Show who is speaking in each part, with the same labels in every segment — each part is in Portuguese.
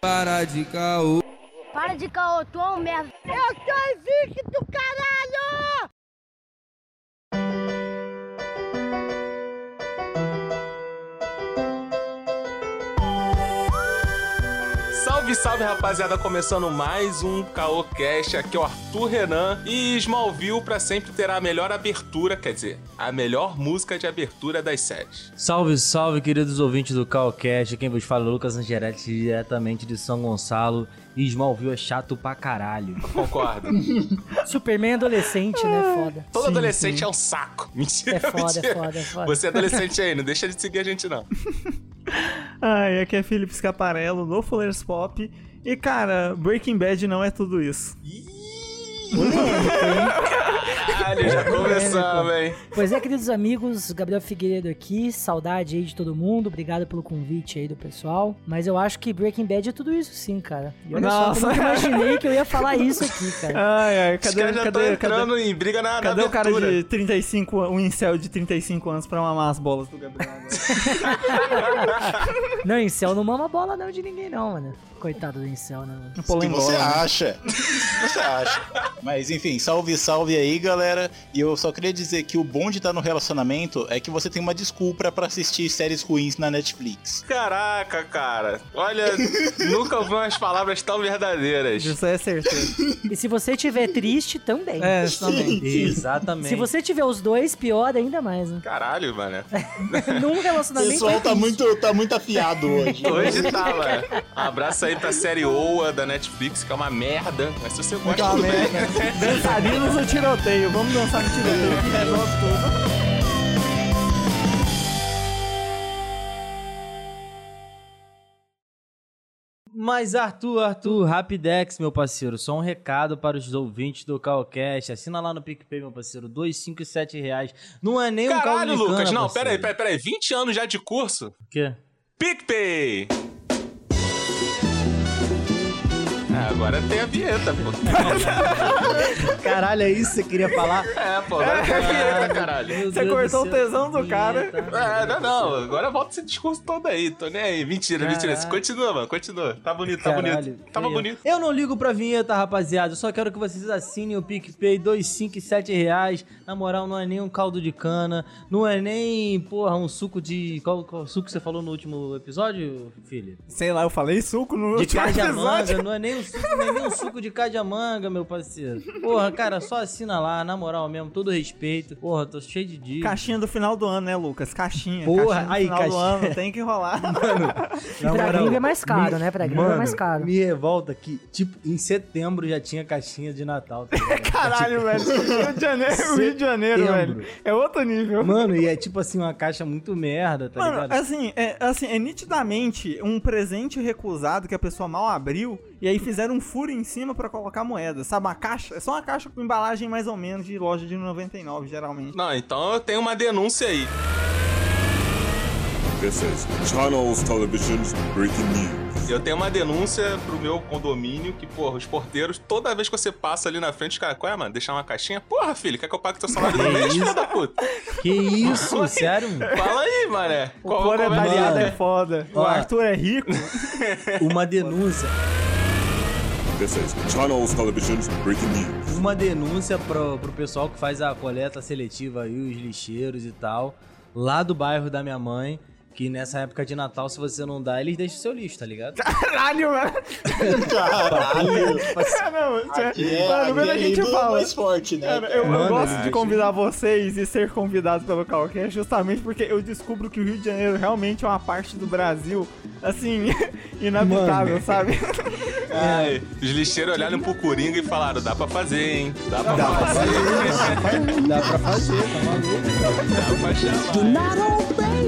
Speaker 1: Para de caô.
Speaker 2: Para de caô, tu é um merda.
Speaker 3: Eu sou invicto, caralho!
Speaker 4: Salve, salve, rapaziada! Começando mais um Caocast. Aqui é o Arthur Renan. E Smallville pra sempre terá a melhor abertura, quer dizer, a melhor música de abertura das séries.
Speaker 5: Salve, salve, queridos ouvintes do Calcast. Quem vos fala é o Lucas Angeretti, diretamente de São Gonçalo. E Smallville é chato pra caralho.
Speaker 4: Concordo.
Speaker 6: Superman adolescente, né? Foda.
Speaker 4: Todo
Speaker 6: Sim,
Speaker 4: adolescente
Speaker 6: sim.
Speaker 4: é um saco. Mentira,
Speaker 6: É foda,
Speaker 4: mentira.
Speaker 6: é foda, é foda.
Speaker 4: Você é adolescente aí, não deixa de seguir a gente, não.
Speaker 7: Ai, aqui é Felipe Scaparello, no Fullers Pop. E cara, Breaking Bad não é tudo isso.
Speaker 4: Caralho, já começamos, hein?
Speaker 6: Pois é, queridos amigos, Gabriel Figueiredo aqui. Saudade aí de todo mundo. Obrigado pelo convite aí do pessoal. Mas eu acho que Breaking Bad é tudo isso sim, cara. E olha só,
Speaker 7: Nossa.
Speaker 6: eu nunca imaginei que eu ia falar isso aqui, cara.
Speaker 7: Ai, ai,
Speaker 4: Os
Speaker 7: cadê,
Speaker 4: caras já estão
Speaker 7: cadê,
Speaker 4: entrando
Speaker 7: cadê,
Speaker 4: em briga na, na
Speaker 7: cadê o cara
Speaker 4: abertura.
Speaker 7: de 35, an- um incel de 35 anos pra mamar as bolas do Gabriel agora?
Speaker 6: Não, Incel não mama bola não de ninguém não, mano. Coitado do Incel, né, mano?
Speaker 7: Pô, lá
Speaker 8: que você
Speaker 7: embora, né?
Speaker 8: acha. você acha. Mas enfim, salve, salve aí, galera. E eu só queria dizer que o bom de estar no relacionamento é que você tem uma desculpa pra assistir séries ruins na Netflix.
Speaker 4: Caraca, cara. Olha, nunca ouvi umas palavras tão verdadeiras.
Speaker 7: Isso é certeza.
Speaker 6: E se você tiver triste, também.
Speaker 7: É, também.
Speaker 5: Exatamente.
Speaker 6: Se você tiver os dois, pior ainda mais, né?
Speaker 4: Caralho, mano.
Speaker 7: É
Speaker 6: Num
Speaker 8: O
Speaker 6: relacionamento é
Speaker 8: pessoal tá
Speaker 6: triste.
Speaker 8: muito, tá muito afiado hoje.
Speaker 4: Hoje tá, mano. Um abraço aí pra série OA da Netflix, que é uma merda. Mas se você gosta,
Speaker 7: né?
Speaker 4: tudo bem.
Speaker 7: Dançarinos no tiroteio, vamos dançar no tiroteio. que resolve tudo.
Speaker 5: Mas Arthur, Arthur, Rapidex, meu parceiro, só um recado para os ouvintes do Calcast. Assina lá no PicPay, meu parceiro, 257 reais. Não é nem um caldo
Speaker 4: Caralho,
Speaker 5: de
Speaker 4: Lucas.
Speaker 5: cana,
Speaker 7: assim.
Speaker 4: Não,
Speaker 5: parceiro.
Speaker 4: peraí, peraí, peraí. 20 anos já de curso?
Speaker 5: O quê?
Speaker 4: PicPay! Ah, agora tem a vinheta, pô.
Speaker 5: Caralho, é isso que você queria falar?
Speaker 4: É, pô, agora tem a vinheta, caralho.
Speaker 5: Meu
Speaker 7: Você
Speaker 5: Deus do
Speaker 7: cortou o
Speaker 5: céu.
Speaker 7: tesão do cara.
Speaker 4: É, não, não, agora volta esse discurso todo aí, tô nem aí. Mentira, mentira.
Speaker 5: Caralho.
Speaker 4: Continua, mano, continua. Tá bonito, tá
Speaker 5: Caralho,
Speaker 4: bonito. Tava
Speaker 5: feio.
Speaker 4: bonito.
Speaker 5: Eu não ligo pra vinheta, rapaziada. Eu só quero que vocês assinem o PicPay 257 reais. Na moral, não é nem um caldo de cana. Não é nem, porra, um suco de. Qual, qual suco que você falou no último episódio, filho?
Speaker 7: Sei lá, eu falei suco no
Speaker 5: De
Speaker 7: último episódio.
Speaker 5: cajamanga. Não é nem um suco, nem, nem um suco de cajamanga, meu parceiro. Porra, cara, só assina lá, na moral mesmo. Todo respeito. Porra, tô cheio de dica.
Speaker 7: Caixinha do final do ano, né, Lucas? Caixinha.
Speaker 5: Porra,
Speaker 7: caixinha do
Speaker 5: aí,
Speaker 7: final do
Speaker 5: caixinha.
Speaker 7: ano, tem que rolar.
Speaker 5: Na
Speaker 6: Pra
Speaker 5: moral,
Speaker 6: gringo é mais caro, né? Pra gringo é
Speaker 5: mano,
Speaker 6: mais caro.
Speaker 5: Me revolta que, tipo, em setembro já tinha caixinha de Natal. Tá ligado?
Speaker 7: Caralho, velho. Tipo, Rio de Janeiro, Rio de Janeiro,
Speaker 5: Setembro.
Speaker 7: velho. É outro nível.
Speaker 5: Mano, e é tipo assim, uma caixa muito merda, tá
Speaker 7: Mano,
Speaker 5: ligado?
Speaker 7: assim é, assim, é nitidamente um presente recusado que a pessoa mal abriu e aí fizeram um furo em cima pra colocar moeda, sabe? Uma caixa, é só uma caixa com embalagem mais ou menos de loja de 99, geralmente.
Speaker 4: Não, então eu tenho uma denúncia aí.
Speaker 9: This is Channels Television's Breaking News.
Speaker 4: Eu tenho uma denúncia pro meu condomínio que, porra, os porteiros, toda vez que você passa ali na frente, os caras, qual é, mano? Deixar uma caixinha? Porra, filho, quer que eu pague teu salário do mês, filho da puta?
Speaker 5: Que isso, sério? mano?
Speaker 4: Fala aí, mané.
Speaker 7: O
Speaker 4: Qual- qual é a
Speaker 7: proletariado
Speaker 5: mano?
Speaker 7: é foda. O
Speaker 5: Ó.
Speaker 7: Arthur é rico.
Speaker 5: Uma denúncia,
Speaker 9: This is Channels Television's Breaking News.
Speaker 5: uma denúncia pro, pro pessoal que faz a coleta seletiva aí, os lixeiros e tal, lá do bairro da minha mãe, que nessa época de Natal, se você não dá, eles deixam o seu lixo, tá ligado?
Speaker 7: Caralho, mano.
Speaker 8: Caralho.
Speaker 7: Caramba,
Speaker 8: Aqui é,
Speaker 7: mano,
Speaker 8: aqui
Speaker 7: quando
Speaker 8: é
Speaker 7: a gente
Speaker 8: ídolo
Speaker 7: fala.
Speaker 8: mais forte, né?
Speaker 7: Cara, eu, eu
Speaker 5: Manda,
Speaker 7: gosto
Speaker 5: né,
Speaker 7: de convidar vocês e ser convidado pelo Calcast é justamente porque eu descubro que o Rio de Janeiro realmente é uma parte do Brasil, assim, inabitável, sabe?
Speaker 4: Ai, os lixeiros olharam pro Coringa e falaram, dá pra fazer, hein? Dá pra fazer.
Speaker 5: Dá pra fazer, tá maluco?
Speaker 4: Dá pra chamar.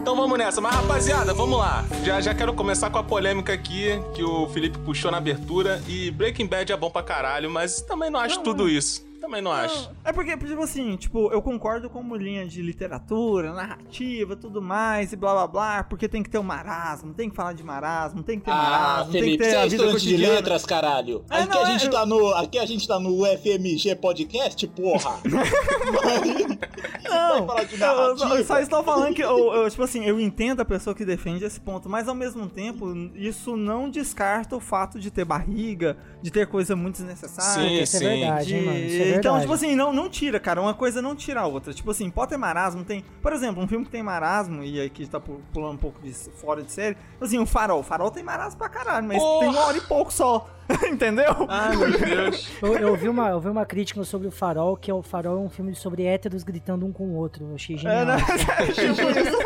Speaker 4: Então vamos nessa, mas rapaziada, vamos lá. Já, já quero começar com a polêmica aqui que o Felipe puxou na abertura. E Breaking Bad é bom pra caralho, mas também não acho tudo isso. Também Também não acho.
Speaker 7: É porque, tipo assim, tipo, eu concordo com linha de literatura, narrativa, tudo mais, e blá blá blá, porque tem que ter o marasmo, tem que falar de marasmo, tem que ter
Speaker 8: Ah,
Speaker 7: marasmo, tem que
Speaker 8: Felipe,
Speaker 7: ter
Speaker 8: você
Speaker 7: a
Speaker 8: é
Speaker 7: vida
Speaker 8: estudante de
Speaker 7: cotidiana.
Speaker 8: letras, caralho.
Speaker 7: Ah,
Speaker 8: Aqui,
Speaker 7: não,
Speaker 8: a gente
Speaker 7: eu-
Speaker 8: tá no, aqui a gente tá no FMG Podcast, porra.
Speaker 7: Não,
Speaker 8: falar de
Speaker 7: eu,
Speaker 8: narrativa.
Speaker 7: eu só estou falando que, eu, eu, tipo assim, eu entendo a pessoa que defende esse ponto, mas ao mesmo tempo, isso não descarta o fato de ter barriga, de ter coisa muito desnecessária.
Speaker 4: Sim,
Speaker 6: Isso é
Speaker 4: sim.
Speaker 6: verdade, hein, mano. Isso é verdade.
Speaker 7: Então, tipo assim, não, não tira, cara. Uma coisa não tira a outra. Tipo assim, pode ter marasmo, tem. Por exemplo, um filme que tem marasmo, e aqui tá pu- pulando um pouco de, fora de série. Assim, o farol. O farol tem marasmo pra caralho, mas tem uma hora e pouco só. Entendeu?
Speaker 4: Ai, meu Deus.
Speaker 6: Eu, eu vi uma, eu vi uma crítica sobre o Farol, que é o Farol é um filme sobre héteros gritando um com o outro. Eu achei genial.
Speaker 7: É, né? tipo isso.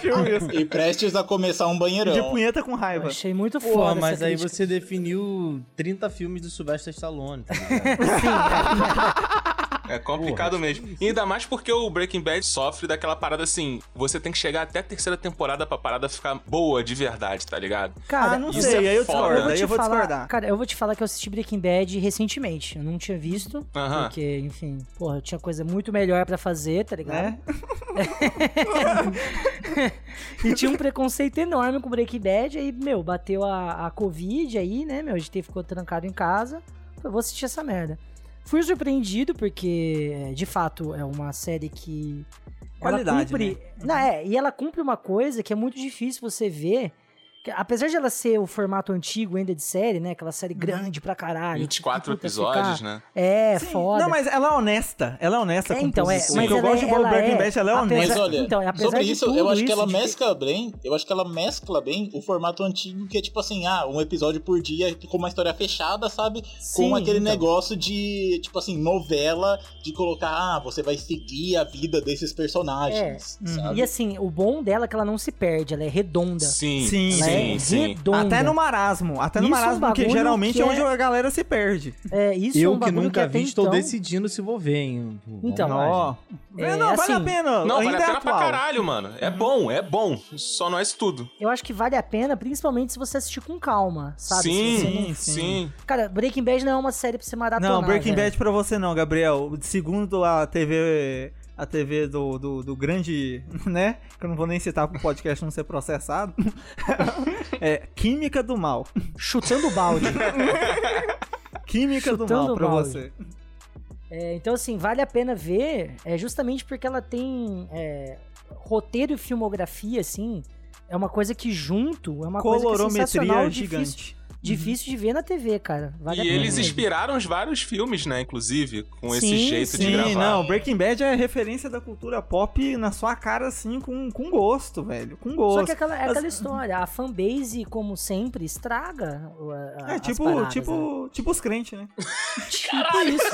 Speaker 7: tipo isso.
Speaker 8: e prestes a começar um
Speaker 7: De
Speaker 8: banheirão.
Speaker 7: punheta com raiva.
Speaker 6: Achei muito
Speaker 5: Pô,
Speaker 6: foda
Speaker 5: mas
Speaker 6: essa
Speaker 5: aí
Speaker 6: crítica.
Speaker 5: você definiu 30 filmes do Sylvester Stallone. tá ligado?
Speaker 4: É complicado mesmo. E ainda mais porque o Breaking Bad sofre daquela parada assim: você tem que chegar até a terceira temporada pra parada ficar boa de verdade, tá ligado?
Speaker 6: Cara,
Speaker 7: ah, não
Speaker 4: isso
Speaker 7: sei,
Speaker 4: é
Speaker 7: aí eu
Speaker 4: foda.
Speaker 7: discordo,
Speaker 4: Eu vou
Speaker 7: aí
Speaker 6: te
Speaker 7: eu vou
Speaker 6: falar-
Speaker 7: discordar.
Speaker 6: Cara, eu vou te falar que eu assisti Breaking Bad recentemente. Eu não tinha visto.
Speaker 4: Aham.
Speaker 6: Porque, enfim, porra, eu tinha coisa muito melhor pra fazer, tá ligado?
Speaker 7: Né?
Speaker 6: E tinha um preconceito enorme com Breaking Bad. Aí, meu, bateu a, a Covid aí, né, meu? A gente ficou trancado em casa. Falei, vou assistir essa merda. Fui surpreendido porque, é, de fato, é uma série que. ela
Speaker 7: Qualidade,
Speaker 6: cumpre-
Speaker 7: né?
Speaker 6: Não, é, e ela cumpre uma coisa que é muito difícil você ver. que, apesar de ela ser o formato antigo ainda de série, né? Aquela
Speaker 7: Uhum.
Speaker 6: série grande pra caralho.
Speaker 4: 24
Speaker 6: que, puta,
Speaker 4: episódios,
Speaker 6: ficar-
Speaker 4: né?
Speaker 6: É,
Speaker 7: Sim.
Speaker 6: foda.
Speaker 7: Não, mas ela é honesta. Ela é honesta
Speaker 6: É,
Speaker 7: com o
Speaker 6: então, é,
Speaker 7: público.
Speaker 6: mas
Speaker 7: eu
Speaker 6: ela
Speaker 7: gosto
Speaker 6: é-
Speaker 7: de Bob
Speaker 6: ela
Speaker 7: Breaking
Speaker 6: é-
Speaker 7: Bad, ela é
Speaker 6: apesar-
Speaker 7: honesta.
Speaker 8: Mas olha,
Speaker 6: então, apesar
Speaker 8: sobre
Speaker 6: de
Speaker 8: isso,
Speaker 6: tudo
Speaker 8: eu acho que
Speaker 6: isso,
Speaker 8: ela
Speaker 6: de-
Speaker 8: mescla bem, eu acho que ela mescla bem o formato antigo, que é tipo assim, ah, um episódio por dia com uma história fechada, sabe?
Speaker 6: Sim,
Speaker 8: com aquele
Speaker 6: então.
Speaker 8: negócio de, tipo assim, novela, de colocar, ah, você vai seguir a vida desses personagens,
Speaker 7: É.
Speaker 8: sabe?
Speaker 6: E assim, o bom dela é que ela não se perde, ela é redonda.
Speaker 4: Sim,
Speaker 7: Sim, né?
Speaker 4: sim,
Speaker 6: ela é
Speaker 4: sim.
Speaker 6: redonda.
Speaker 7: Até no marasmo. Até no
Speaker 6: Isso é um
Speaker 7: marasmo, que
Speaker 6: bagulho
Speaker 7: geralmente
Speaker 6: que
Speaker 7: é onde
Speaker 6: é-
Speaker 7: a galera se perde.
Speaker 6: É, isso é
Speaker 5: eu
Speaker 6: um
Speaker 5: que
Speaker 6: bagulho
Speaker 5: nunca
Speaker 6: até
Speaker 5: vi, estou
Speaker 6: então-
Speaker 5: decidindo se vou ver, hein? Vamos
Speaker 6: Então.
Speaker 5: lá,
Speaker 7: Ó.
Speaker 5: gente.
Speaker 6: É,
Speaker 7: É, não, vale a
Speaker 6: assim,
Speaker 7: pena.
Speaker 4: Não,
Speaker 7: Ainda
Speaker 4: vale a
Speaker 7: é
Speaker 4: pena pra
Speaker 7: atual. Uhum.
Speaker 4: caralho, mano. É bom, é bom. Só não é isso tudo.
Speaker 6: Eu acho que vale a pena, principalmente se você assistir com calma, sabe? Se você não-
Speaker 4: Sim, sim,
Speaker 7: não- sim.
Speaker 6: Cara, Breaking Bad não é uma série pra é. você maratonar.
Speaker 7: Não, Breaking
Speaker 6: velho.
Speaker 7: Bad pra você não, Gabriel. Segundo a TV. A TV do, do, do grande, né? Que eu não vou nem citar pro podcast não ser processado. é Química do Mal.
Speaker 6: Chutando o balde.
Speaker 7: Química do
Speaker 6: Chutando
Speaker 7: Mal pra
Speaker 6: balde.
Speaker 7: você.
Speaker 6: É, então, assim, vale a pena ver, é justamente porque ela tem é, roteiro e filmografia, assim, é uma coisa que junto, é uma coisa que é sensacional,
Speaker 7: Colorometria
Speaker 6: difícil,
Speaker 7: gigante. Uhum.
Speaker 6: difícil de ver na TV, cara. Vale a
Speaker 4: E
Speaker 6: pena.
Speaker 4: eles
Speaker 6: mesmo.
Speaker 4: inspiraram os vários filmes, né? Inclusive, com
Speaker 6: Sim,
Speaker 4: esse jeito de gravar.
Speaker 7: Sim, não, Breaking Bad é referência da cultura pop na sua cara, assim, com, com gosto, velho. Com gosto.
Speaker 6: Só que é aquela, é
Speaker 7: As-
Speaker 6: aquela história, a fanbase, como sempre, estraga o- a- a-
Speaker 7: É
Speaker 6: as
Speaker 7: tipo,
Speaker 6: paradas, né?
Speaker 7: tipo, tipo os crentes, né?
Speaker 6: Tipo isso.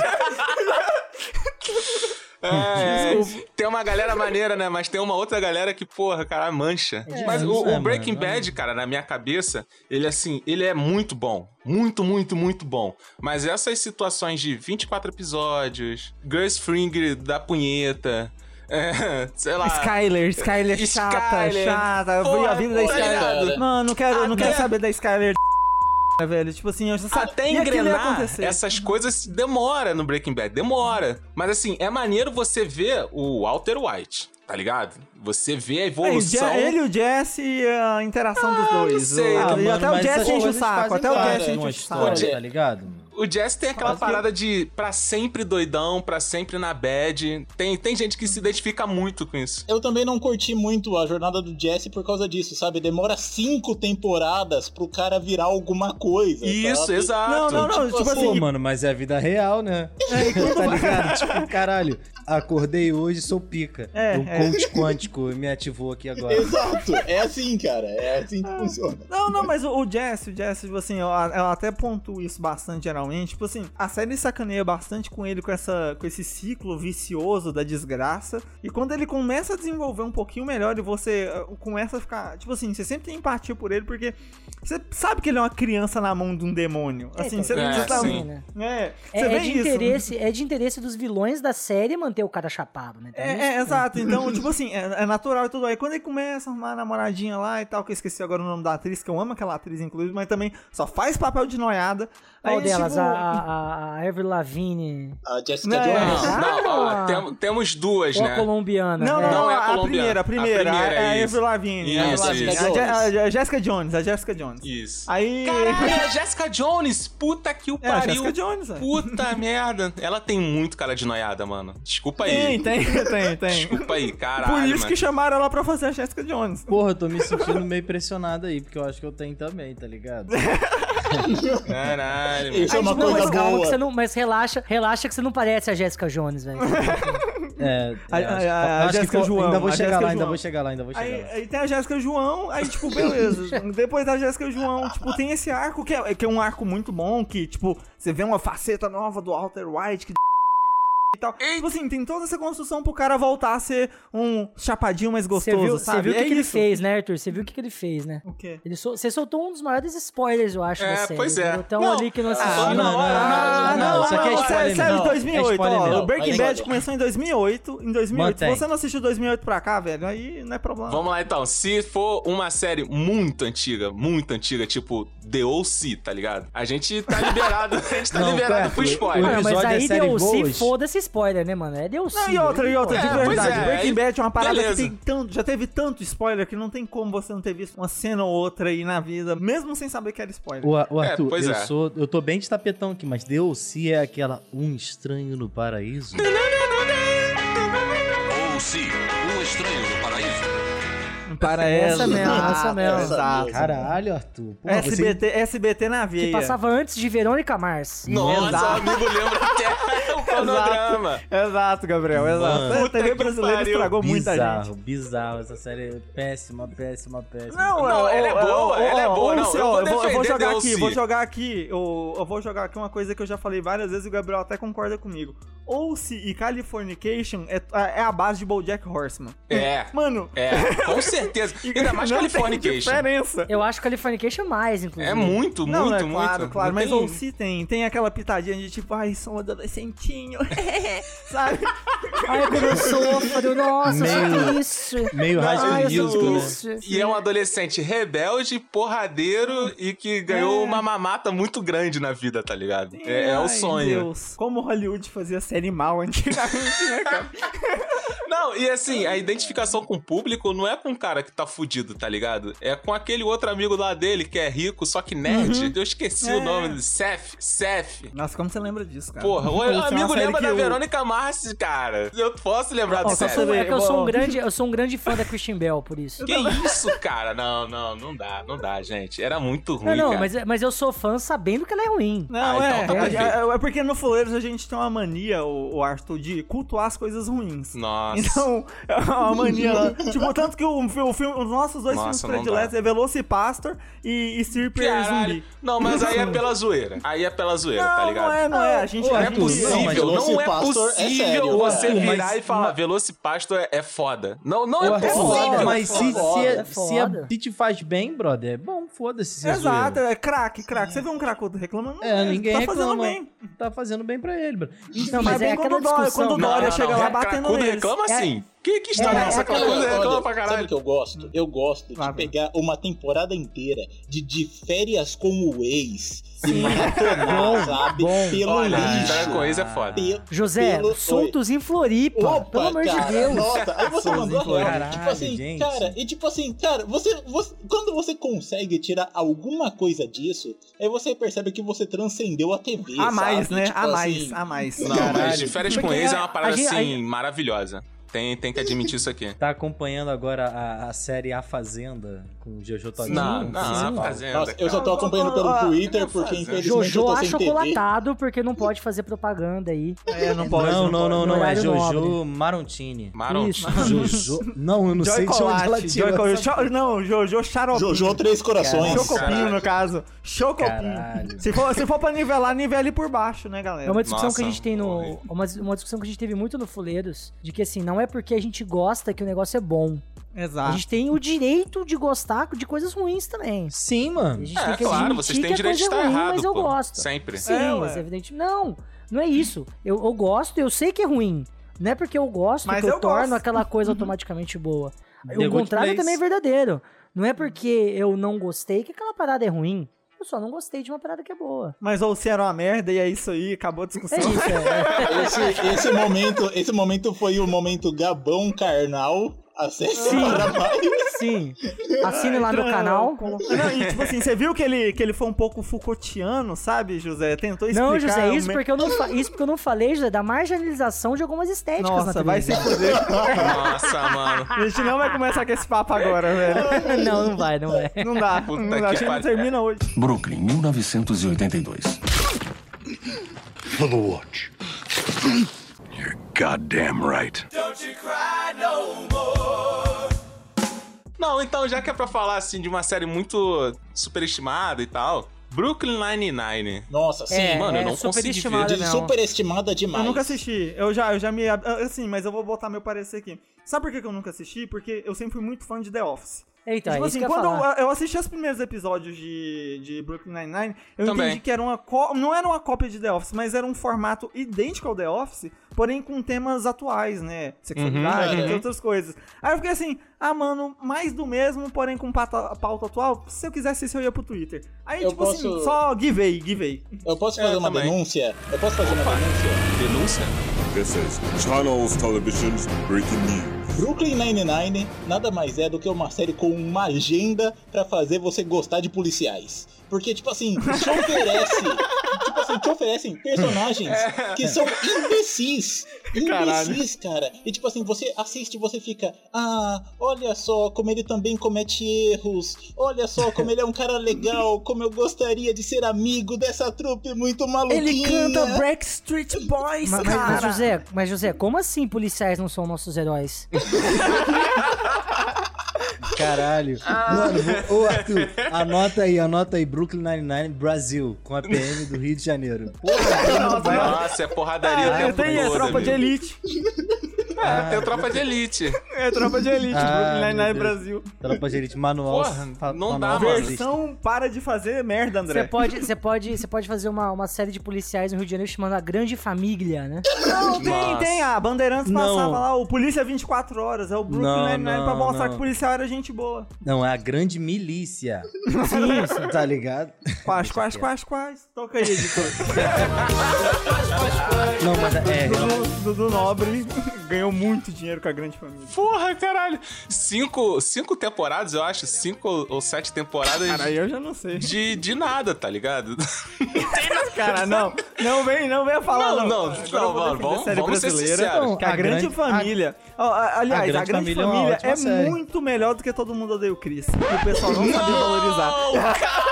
Speaker 4: É, é, tem uma galera maneira, né? Mas tem uma outra galera que, porra, cara, mancha.
Speaker 6: É,
Speaker 4: Mas o,
Speaker 5: isso é,
Speaker 4: o Breaking
Speaker 5: mano.
Speaker 4: Bad, cara, na minha cabeça, ele assim, ele é muito bom. Muito, muito, muito bom. Mas essas situações de 24 episódios, Gus Fring da punheta, é, sei lá.
Speaker 7: Ah, Skyler, Skyler é
Speaker 4: Skyler.
Speaker 7: chata, chata. Eu vi
Speaker 4: Porra,
Speaker 7: a vida da
Speaker 4: porra, tá
Speaker 7: Skyler.
Speaker 4: ligado?
Speaker 7: Mano, não quero, não
Speaker 4: Até-
Speaker 7: quero saber da Skyler, né, velho. Tipo assim, eu já sabia
Speaker 4: Até
Speaker 7: que aquilo ia
Speaker 4: engrenar
Speaker 7: acontecer.
Speaker 4: essas coisas demora no Breaking Bad, demora. Mas assim, é maneiro você ver o Walter White, tá ligado? Você vê a
Speaker 7: É, e
Speaker 4: evolução.
Speaker 7: Je- ele, o Jess e a interação dos dois.
Speaker 4: sei,
Speaker 7: Ah,
Speaker 4: Ah,
Speaker 7: e
Speaker 5: mano,
Speaker 7: até o
Speaker 5: mas
Speaker 7: Jess
Speaker 5: essas
Speaker 7: enche o
Speaker 5: coisas
Speaker 7: saco.
Speaker 5: fazem
Speaker 7: Até o
Speaker 5: parte
Speaker 7: Jess
Speaker 5: de
Speaker 4: né?
Speaker 7: enche
Speaker 5: uma
Speaker 7: o
Speaker 5: história,
Speaker 7: saco.
Speaker 4: saco.
Speaker 5: Tá ligado?
Speaker 4: O Jess tem aquela parada de pra sempre doidão, pra sempre na bad. Tem, tem gente que se identifica muito com isso.
Speaker 8: Eu também não curti muito a jornada do Jesse por causa disso, sabe? Demora cinco temporadas pro cara virar alguma coisa.
Speaker 4: Isso,
Speaker 8: sabe?
Speaker 7: Não,
Speaker 4: exato.
Speaker 7: não, não. Tipo
Speaker 8: Pô,
Speaker 5: Pô,
Speaker 7: assim, É, então
Speaker 5: mano, mas é a vida real, né? tá ligado? Tipo, caralho, acordei hoje, sou pica.
Speaker 7: É,
Speaker 5: o
Speaker 7: é.
Speaker 5: coach quântico me ativou aqui agora.
Speaker 8: Exato, é assim, cara. É assim que funciona.
Speaker 7: Não, não, mas o, o Jess, o Jess, tipo assim, ela, ela até pontua isso bastante geralmente. Tipo assim, a série sacaneia bastante com ele, com, essa, com esse ciclo vicioso da desgraça. E quando ele começa a desenvolver um pouquinho melhor e você eh, começa a ficar. Tipo assim, você sempre tem empatia por ele, porque você sabe que ele é uma criança na mão de um demônio. Assim,
Speaker 6: então,
Speaker 7: você
Speaker 4: é,
Speaker 7: você tá.
Speaker 4: sim.
Speaker 6: né?
Speaker 7: É,
Speaker 6: É,
Speaker 7: você
Speaker 6: é
Speaker 7: vê
Speaker 6: de
Speaker 7: isso.
Speaker 6: interesse, é de interesse dos vilões da série manter o cara chapado, né? Então,
Speaker 7: É, é, exato. Então, Então, tipo assim, é, é natural e tudo. Aí quando ele começa a arrumar a namoradinha lá e tal, que eu esqueci agora o nome da atriz, que eu amo aquela atriz, inclusive, mas também só faz papel de noiada.
Speaker 6: Qual
Speaker 7: aí,
Speaker 6: delas?
Speaker 7: tipo,
Speaker 6: A, a, a Avril Lavigne,
Speaker 8: A Jessica
Speaker 7: Não,
Speaker 8: Jones.
Speaker 7: é.
Speaker 4: Não, ó,
Speaker 6: Ah!
Speaker 4: tem- temos duas,
Speaker 6: ou a
Speaker 4: né?
Speaker 6: colombiana?
Speaker 7: Não,
Speaker 6: É.
Speaker 7: não,
Speaker 4: Não, é a
Speaker 7: a,
Speaker 4: colombiana.
Speaker 7: primeira, a primeira.
Speaker 4: A
Speaker 7: A,
Speaker 4: primeira,
Speaker 7: a
Speaker 4: isso.
Speaker 7: Avril Lavigne. a
Speaker 4: Isso, é
Speaker 7: Avril
Speaker 8: isso.
Speaker 7: Lavigne. A Je- a Jessica Jones, a Jessica Jones.
Speaker 4: Isso.
Speaker 7: Aí.
Speaker 4: Caralho, a Jessica Jones! Puta que o
Speaker 7: É, a
Speaker 4: pariu!
Speaker 7: Jessica Jones, é.
Speaker 4: Puta merda! Ela tem muito cara de noiada, mano. Desculpa aí.
Speaker 7: Tem, tem, tem, tem.
Speaker 4: Desculpa aí, caralho.
Speaker 7: Por isso
Speaker 4: mano.
Speaker 7: que chamaram ela pra fazer a Jessica Jones.
Speaker 5: Porra, eu tô me sentindo meio pressionado aí, porque eu acho que eu tenho também, tá ligado?
Speaker 4: Caralho, mano.
Speaker 8: Isso é uma
Speaker 6: Mas tipo, não,
Speaker 8: coisa
Speaker 6: mas calma que
Speaker 8: boa.
Speaker 6: você não. Mas relaxa, relaxa que você não parece a Jéssica Jones, velho.
Speaker 5: É,
Speaker 7: A-
Speaker 5: eu
Speaker 7: a- a- a
Speaker 5: acho que
Speaker 7: Jéssica
Speaker 5: foi-
Speaker 7: João,
Speaker 5: Ainda vou
Speaker 7: a
Speaker 5: chegar
Speaker 7: Jéssica
Speaker 5: lá, ainda
Speaker 7: João.
Speaker 5: vou chegar lá, ainda vou chegar
Speaker 7: Aí,
Speaker 5: lá.
Speaker 7: aí tem a Jéssica João, aí, tipo, beleza. Depois da Jéssica João, tipo, tem esse arco que é, que é um arco muito bom, que, tipo, você vê uma faceta nova do Walter White, que e tal. Tipo assim, tem toda essa construção pro cara voltar a ser um chapadinho mais
Speaker 6: Você
Speaker 7: gostoso,
Speaker 6: viu, você
Speaker 7: sabe?
Speaker 6: viu o que,
Speaker 7: é
Speaker 6: que ele
Speaker 7: isso.
Speaker 6: fez, né, Arthur? Você viu o que, que ele fez, né?
Speaker 7: O quê?
Speaker 6: Ele sol- Você soltou um dos maiores spoilers, eu acho,
Speaker 4: É,
Speaker 6: da série.
Speaker 4: pois é.
Speaker 6: entendeu? Então
Speaker 7: Não,
Speaker 6: ali que não assistiu.
Speaker 7: Ah, não,
Speaker 5: não,
Speaker 7: ah,
Speaker 5: não,
Speaker 7: não,
Speaker 5: não, isso aqui é
Speaker 7: não,
Speaker 5: spoiler
Speaker 7: sério, sério,
Speaker 5: mesmo.
Speaker 7: 2008,
Speaker 5: É spoiler
Speaker 7: ó,
Speaker 5: mesmo.
Speaker 7: o Breaking
Speaker 8: Mas-
Speaker 7: Bad começou em 2008, em 2008,
Speaker 5: Mantém.
Speaker 7: se você não assistiu 2008 pra cá, velho, aí não é problema.
Speaker 4: Vamos lá então. Se for uma série muito antiga, muito antiga, tipo The OC, tá ligado? A gente tá liberado, a gente tá
Speaker 5: Não,
Speaker 4: liberado
Speaker 5: Perto,
Speaker 4: pro
Speaker 5: o
Speaker 4: spoiler.
Speaker 6: Ah, mas
Speaker 5: episódio é
Speaker 6: aí
Speaker 5: série
Speaker 6: DLC,
Speaker 5: boas.
Speaker 6: foda-se spoiler, né, mano? É DLC.
Speaker 7: Não, e outra, e outra,
Speaker 4: É,
Speaker 7: de
Speaker 4: pois
Speaker 7: verdade.
Speaker 4: é,
Speaker 7: Breaking
Speaker 4: aí-
Speaker 7: Bad é uma parada
Speaker 4: beleza.
Speaker 7: que tem tanto, já teve tanto spoiler que não tem como você não ter visto uma cena ou outra aí na vida, mesmo sem saber que era spoiler.
Speaker 5: O, o Arthur,
Speaker 4: pois
Speaker 5: eu,
Speaker 4: é.
Speaker 5: sou, eu tô bem de tapetão aqui, mas DLC é aquela Um Estranho no Paraíso?
Speaker 7: É.
Speaker 9: Ou sim, um estranho no paraíso.
Speaker 7: Para
Speaker 6: Essa mesmo,
Speaker 7: Exato,
Speaker 6: essa mesmo.
Speaker 7: exato.
Speaker 5: Caralho, Arthur. Porra, você... é
Speaker 7: SBT, SBT na veia.
Speaker 6: Que passava antes de Verônica Mars.
Speaker 4: Nossa,
Speaker 7: Exato.
Speaker 4: o amigo lembra até o cronograma.
Speaker 7: Exato, Gabriel, exato. É,
Speaker 4: Mano.
Speaker 7: a
Speaker 4: Puta
Speaker 7: TV
Speaker 4: que
Speaker 7: brasileira
Speaker 4: pariu.
Speaker 7: estragou muita gente.
Speaker 5: Bizarro, bizarro. Essa série é péssima, péssima, péssima.
Speaker 4: Não, ela é boa, ela é boa, não,
Speaker 7: Lucio,
Speaker 4: eu vou
Speaker 7: eu, vou, eu vou
Speaker 4: defender
Speaker 7: jogar
Speaker 4: Delcy.
Speaker 7: aqui, vou jogar aqui. Eu, eu vou jogar aqui uma coisa que eu já falei várias vezes e o Gabriel até concorda comigo. Ouce e Californication é, é a base de BoJack Horseman.
Speaker 4: É.
Speaker 7: Mano,
Speaker 4: É, com certeza. Ainda mais
Speaker 7: não Tem
Speaker 4: Californication.
Speaker 7: diferença.
Speaker 6: Eu acho Californication mais, inclusive.
Speaker 4: É muito, muito,
Speaker 7: Não, é
Speaker 4: muito.
Speaker 7: claro, claro,
Speaker 4: Não
Speaker 7: mas
Speaker 4: tem-
Speaker 7: ou se tem, tem aquela pitadinha de tipo, ai, sou um adolescentinho, sabe?
Speaker 6: Ai, como eu sofro, nossa, eu sou
Speaker 5: Meio-
Speaker 6: isso.
Speaker 7: é
Speaker 5: Meio rádio
Speaker 6: Ai, eu
Speaker 5: musical,
Speaker 6: sou
Speaker 5: né?
Speaker 6: isso.
Speaker 4: E é um adolescente rebelde, porradeiro e que ganhou uma mamata muito grande na vida, tá ligado? É, é
Speaker 7: É. Ai,
Speaker 4: o sonho.
Speaker 7: Deus, como Hollywood fazia série mal antigamente, né, cara?
Speaker 4: Não, e assim, a identificação com o público não é com o cara que tá fudido, tá ligado? É com aquele outro amigo lá dele que é rico, só que nerd. Eu esqueci o
Speaker 7: É.
Speaker 4: nome dele. Seth. Seth.
Speaker 7: Nossa, como você lembra disso, cara?
Speaker 4: Porra, o
Speaker 7: Isso é uma
Speaker 4: amigo
Speaker 7: série
Speaker 4: lembra
Speaker 7: que
Speaker 4: da
Speaker 7: eu-
Speaker 4: Verônica Mars, cara. Eu posso lembrar do
Speaker 7: Ó, só
Speaker 4: Seth.
Speaker 7: pra você ver,
Speaker 6: É que eu sou um
Speaker 7: Bom.
Speaker 6: grande, eu sou um grande fã da Christian Bell, por isso.
Speaker 4: Que isso, cara? Não, não, não dá, não dá, gente. Era muito ruim,
Speaker 6: Não, não,
Speaker 4: cara.
Speaker 6: mas, é, mas eu sou fã sabendo que ela é ruim.
Speaker 7: Não,
Speaker 4: Ah,
Speaker 7: é,
Speaker 4: então tá
Speaker 7: é-
Speaker 4: perfeito.
Speaker 7: é- é porque no Fuleiros a gente tem uma mania, o, o Arthur, de cultuar as coisas ruins.
Speaker 4: Nossa.
Speaker 7: Então, é uma mania. né? tipo, tanto que o, fi- o filme, os nossos dois
Speaker 4: Nossa, não
Speaker 7: filmes prediletos é Velocipastor e, e Stripper
Speaker 4: Caralho.
Speaker 7: é Zumbi.
Speaker 4: Não, mas aí é pela zoeira. Aí é pela zoeira,
Speaker 7: Não,
Speaker 4: tá ligado?
Speaker 7: não é, não é. A gente
Speaker 4: Não
Speaker 7: a
Speaker 4: é
Speaker 7: gente-
Speaker 4: possível,
Speaker 8: mas
Speaker 4: não é
Speaker 8: Velocipastor é
Speaker 4: possível
Speaker 8: sério,
Speaker 4: você
Speaker 5: cara.
Speaker 4: virar
Speaker 5: Mas-
Speaker 4: e falar Velocipastor é, é foda. Não, não
Speaker 5: Porra,
Speaker 4: é
Speaker 5: é foda,
Speaker 4: possível.
Speaker 5: mas
Speaker 8: é
Speaker 5: se,
Speaker 8: foda,
Speaker 5: se,
Speaker 6: é
Speaker 5: se, a-
Speaker 6: foda.
Speaker 5: se te faz bem, brother, é bom, foda-se. se é
Speaker 7: Exato,
Speaker 5: zoeira.
Speaker 7: é craque, craque. Você vê um cracudo reclamando? não
Speaker 5: É, ninguém
Speaker 7: tá
Speaker 5: reclama.
Speaker 7: fazendo bem.
Speaker 5: Tá fazendo bem pra ele, brother.
Speaker 6: Não, mas
Speaker 7: Mas
Speaker 6: é
Speaker 7: bem quando
Speaker 6: aquela
Speaker 7: o Dória-
Speaker 6: discussão.
Speaker 7: quando o Dória
Speaker 6: Não, não,
Speaker 7: chega lá
Speaker 4: Re-
Speaker 7: batendo
Speaker 4: cracudo
Speaker 7: neles.
Speaker 4: é reclama
Speaker 6: É-
Speaker 4: sim. Que, que
Speaker 8: Sabe-
Speaker 4: história é essa?
Speaker 8: sabe
Speaker 4: Cracudo
Speaker 8: que eu
Speaker 4: reclama
Speaker 8: gosto?
Speaker 4: pra
Speaker 8: Sabe o
Speaker 4: caralho.
Speaker 8: que eu gosto? Eu gosto
Speaker 7: Lá
Speaker 8: de
Speaker 7: vem.
Speaker 8: pegar uma temporada inteira de, de férias com o ex e maratonar, sabe?
Speaker 5: bom.
Speaker 8: Pelo
Speaker 4: Olha,
Speaker 8: lixo.
Speaker 4: história com ex é foda.
Speaker 8: Pelo-
Speaker 6: José,
Speaker 8: pelo-
Speaker 6: soltos em Floripa,
Speaker 8: Opa,
Speaker 6: pelo amor
Speaker 8: cara,
Speaker 6: de Deus.
Speaker 8: Nossa, aí você mandou a real.
Speaker 5: Caralho,
Speaker 8: Tipo assim,
Speaker 5: gente.
Speaker 8: cara, e tipo assim, cara, você, você- quando você consegue tirar alguma coisa disso, aí você percebe que você transcendeu a TV.
Speaker 7: A mais,
Speaker 8: sabe?
Speaker 7: né?
Speaker 8: Tipo
Speaker 7: a mais,
Speaker 8: assim,
Speaker 7: a mais.
Speaker 4: Não, mas de férias com
Speaker 6: Porque
Speaker 4: ex é
Speaker 6: a-
Speaker 4: uma
Speaker 6: a
Speaker 4: parada
Speaker 6: gente- a
Speaker 4: assim maravilhosa. Tem, tem que admitir isso aqui.
Speaker 5: Tá acompanhando agora a, a série A Fazenda com o Jojo Todinho?
Speaker 4: não, não,
Speaker 5: Sim.
Speaker 4: fazenda.
Speaker 8: Nossa, eu só tô
Speaker 7: Cara,
Speaker 8: acompanhando
Speaker 7: ó,
Speaker 8: pelo
Speaker 7: ó,
Speaker 8: Twitter,
Speaker 4: não
Speaker 8: porque
Speaker 4: faz, né?
Speaker 8: infelizmente eu
Speaker 6: Jojo
Speaker 8: tô sem TV.
Speaker 6: achocolatado, porque não pode fazer propaganda aí. Então,
Speaker 7: É, não pode.
Speaker 5: Não, não, não,
Speaker 6: No
Speaker 5: não. É
Speaker 6: horário
Speaker 5: Jojo Marontini.
Speaker 4: Maron,
Speaker 6: Isso.
Speaker 5: Jojo. Não, eu não
Speaker 7: Joy
Speaker 5: sei de onde ela
Speaker 7: Colate,
Speaker 5: tirou.
Speaker 7: Joy Colate.
Speaker 5: essa-
Speaker 7: Cho- Não, Jojo Xarope.
Speaker 8: Jojo Três Corações.
Speaker 4: Caralho.
Speaker 7: Chocopinho, no caso. Chocopinho.
Speaker 5: Caralho.
Speaker 7: Se for, se for pra nivelar, nivele por baixo, né, galera?
Speaker 6: É uma discussão
Speaker 4: Nossa,
Speaker 6: que a gente tem no.
Speaker 4: horrível.
Speaker 6: Uma, uma discussão que a gente teve muito no Fuleiros, de que assim, não é porque a gente gosta que o negócio é bom. A
Speaker 4: Ah.
Speaker 7: Exato.
Speaker 6: gente tem o direito de gostar de coisas ruins também.
Speaker 5: Sim,
Speaker 6: A
Speaker 5: mano.
Speaker 6: gente tem
Speaker 4: É,
Speaker 6: que
Speaker 4: claro,
Speaker 6: admitir
Speaker 4: vocês
Speaker 6: que
Speaker 4: têm
Speaker 6: a
Speaker 4: direito de
Speaker 6: coisa
Speaker 4: estar
Speaker 6: é ruim,
Speaker 4: errado,
Speaker 6: mas eu
Speaker 4: pô.
Speaker 6: gosto.
Speaker 4: Sempre.
Speaker 6: Sim,
Speaker 7: É, ué.
Speaker 6: mas evidentemente. Não, não é isso. Eu, eu gosto, eu sei que é ruim. Não é porque eu gosto
Speaker 7: Mas
Speaker 6: que eu,
Speaker 7: eu
Speaker 6: torno
Speaker 7: gosto. Uhum.
Speaker 6: aquela coisa automaticamente boa.
Speaker 5: The
Speaker 6: o
Speaker 5: Good
Speaker 6: contrário
Speaker 5: Place.
Speaker 6: também é verdadeiro. Não é porque eu não gostei que aquela parada é ruim. Eu só não gostei de uma parada que é boa.
Speaker 7: Mas ou se era uma merda e é isso aí, acabou a
Speaker 6: É
Speaker 7: discussão.
Speaker 6: isso, é.
Speaker 8: Esse, esse momento, esse momento foi o momento Gabão Carnal. Acesse
Speaker 6: Sim.
Speaker 8: para mais.
Speaker 6: é, Sim. Assine lá meu canal.
Speaker 7: Não, e tipo assim, você viu que ele, que ele foi um pouco Foucaultiano, sabe, José? Tentou explicar...
Speaker 6: Não, José,
Speaker 7: o
Speaker 6: isso
Speaker 7: me-
Speaker 6: porque, eu não fa- isso porque eu não falei, José, da marginalização de algumas estéticas na
Speaker 7: Nossa, vai se
Speaker 6: televisão.
Speaker 7: fuder.
Speaker 4: Nossa, mano.
Speaker 7: A gente não vai começar com esse papo agora, velho.
Speaker 6: Não, não vai, não vai.
Speaker 7: Não dá.
Speaker 4: Puta
Speaker 7: não dá.
Speaker 4: que
Speaker 7: A gente não
Speaker 4: pariu.
Speaker 7: termina hoje.
Speaker 9: Brooklyn, 1982. Follow watch. You're goddamn right.
Speaker 4: Não, então, já que é pra falar, assim, de uma série muito superestimada e tal, Brooklyn Nine-Nine.
Speaker 8: Nossa, sim.
Speaker 6: É,
Speaker 4: mano, eu não
Speaker 6: super
Speaker 4: consegui ver.
Speaker 6: estimada,
Speaker 8: De
Speaker 6: não.
Speaker 8: superestimada demais.
Speaker 7: Eu nunca assisti. Eu já, eu já me. Assim, mas eu vou botar meu parecer aqui. Sabe por que que eu nunca assisti? Porque eu sempre fui muito fã de The Office.
Speaker 6: Eita,
Speaker 7: tipo
Speaker 6: é
Speaker 7: assim,
Speaker 6: isso que eu ia
Speaker 7: quando
Speaker 6: falar.
Speaker 7: eu, eu assisti os primeiros episódios de, de Brooklyn Nine-Nine, eu
Speaker 4: Também.
Speaker 7: entendi que era uma có- não era uma cópia de The Office, mas era um formato idêntico ao The Office, porém com temas atuais, né? Sexualidade,
Speaker 8: Uhum,
Speaker 7: entre
Speaker 8: uhum.
Speaker 7: outras coisas. Aí eu fiquei assim, ah, mano, mais do mesmo, porém com pauta, pauta atual. Se eu quisesse isso, eu ia pro Twitter. Aí,
Speaker 8: Eu
Speaker 7: tipo assim,
Speaker 8: posso-
Speaker 7: só give aí, give aí.
Speaker 8: Eu posso fazer
Speaker 4: É,
Speaker 8: uma
Speaker 4: também.
Speaker 8: denúncia? Eu posso fazer uma denúncia?
Speaker 4: Denúncia?
Speaker 9: This is Channels Television's breaking news.
Speaker 8: Brooklyn Nine-Nine nada mais é do que uma série com uma agenda pra fazer você gostar de policiais. Porque, tipo assim, te oferece... tipo assim, te oferecem personagens
Speaker 4: É.
Speaker 8: que são imbecis. Imbecis, cara. E, tipo assim, você assiste e você fica... Ah, olha só como ele também comete erros. Olha só como ele é um cara legal. Como eu gostaria de ser amigo dessa trupe muito maluquinha.
Speaker 7: Backstreet Boys,
Speaker 6: Ma- Mas, mas, José, mas, José, como assim policiais não são nossos heróis?
Speaker 1: Caralho. Mano, vou- ô Arthur, anota aí, anota aí. Brooklyn Nine-Nine, Brasil, com a PM do Rio de Janeiro.
Speaker 4: Nossa, é porradaria o tempo
Speaker 7: tem a
Speaker 4: todo,
Speaker 7: Ah, tropa
Speaker 4: amigo.
Speaker 7: de elite.
Speaker 4: É, tem tropa de elite.
Speaker 7: É tropa de elite,
Speaker 1: Ah,
Speaker 7: Brooklyn
Speaker 1: meu
Speaker 7: Nine-Nine
Speaker 1: Deus.
Speaker 7: Brasil.
Speaker 1: Tropa de elite, manual.
Speaker 4: Porra,
Speaker 1: fa-
Speaker 4: não dá,
Speaker 1: manual
Speaker 4: mano.
Speaker 1: fascista.
Speaker 7: Versão Então, para de fazer merda, André.
Speaker 6: Você pode, você pode, você pode fazer uma, uma série de policiais no Rio de Janeiro chamando a Grande Família, né?
Speaker 7: Não, tem,
Speaker 4: Nossa.
Speaker 7: tem. A Bandeirantes passava
Speaker 1: Não.
Speaker 7: lá, o Polícia 24 Horas. É o Brooklyn
Speaker 1: Não,
Speaker 7: Nine-Nine pra
Speaker 1: não,
Speaker 7: mostrar
Speaker 1: não.
Speaker 7: que o policial era gente boa.
Speaker 1: Não, é a grande milícia.
Speaker 7: Sim.
Speaker 1: Tá ligado?
Speaker 7: Quais, quais, quais, quais. Toca aí, editor.
Speaker 1: Não, mas é.
Speaker 7: Dudu- Dudu Nobre ganhou muito dinheiro com a grande família.
Speaker 4: Porra, caralho. Cinco, cinco temporadas, eu acho. Cinco ou- ou sete temporadas
Speaker 7: Cara, eu já não sei.
Speaker 4: de, de nada, tá ligado?
Speaker 7: Cara, não. Não vem, não vem a falar.
Speaker 4: Não,
Speaker 7: Não,
Speaker 4: não,
Speaker 7: Agora
Speaker 4: não,
Speaker 7: eu vou
Speaker 4: vamos-
Speaker 7: defender a série
Speaker 4: vamos ser
Speaker 7: brasileira.
Speaker 4: sinceros.
Speaker 7: que a,
Speaker 1: A
Speaker 7: grande,
Speaker 1: Grande-
Speaker 7: família. Ó, a- aliás, a
Speaker 1: A Grande
Speaker 7: Grande,
Speaker 1: Família é uma
Speaker 7: Família é,
Speaker 1: ótima série.
Speaker 7: muito melhor do que todo mundo odeia o Chris. E o pessoal não sabe valorizar.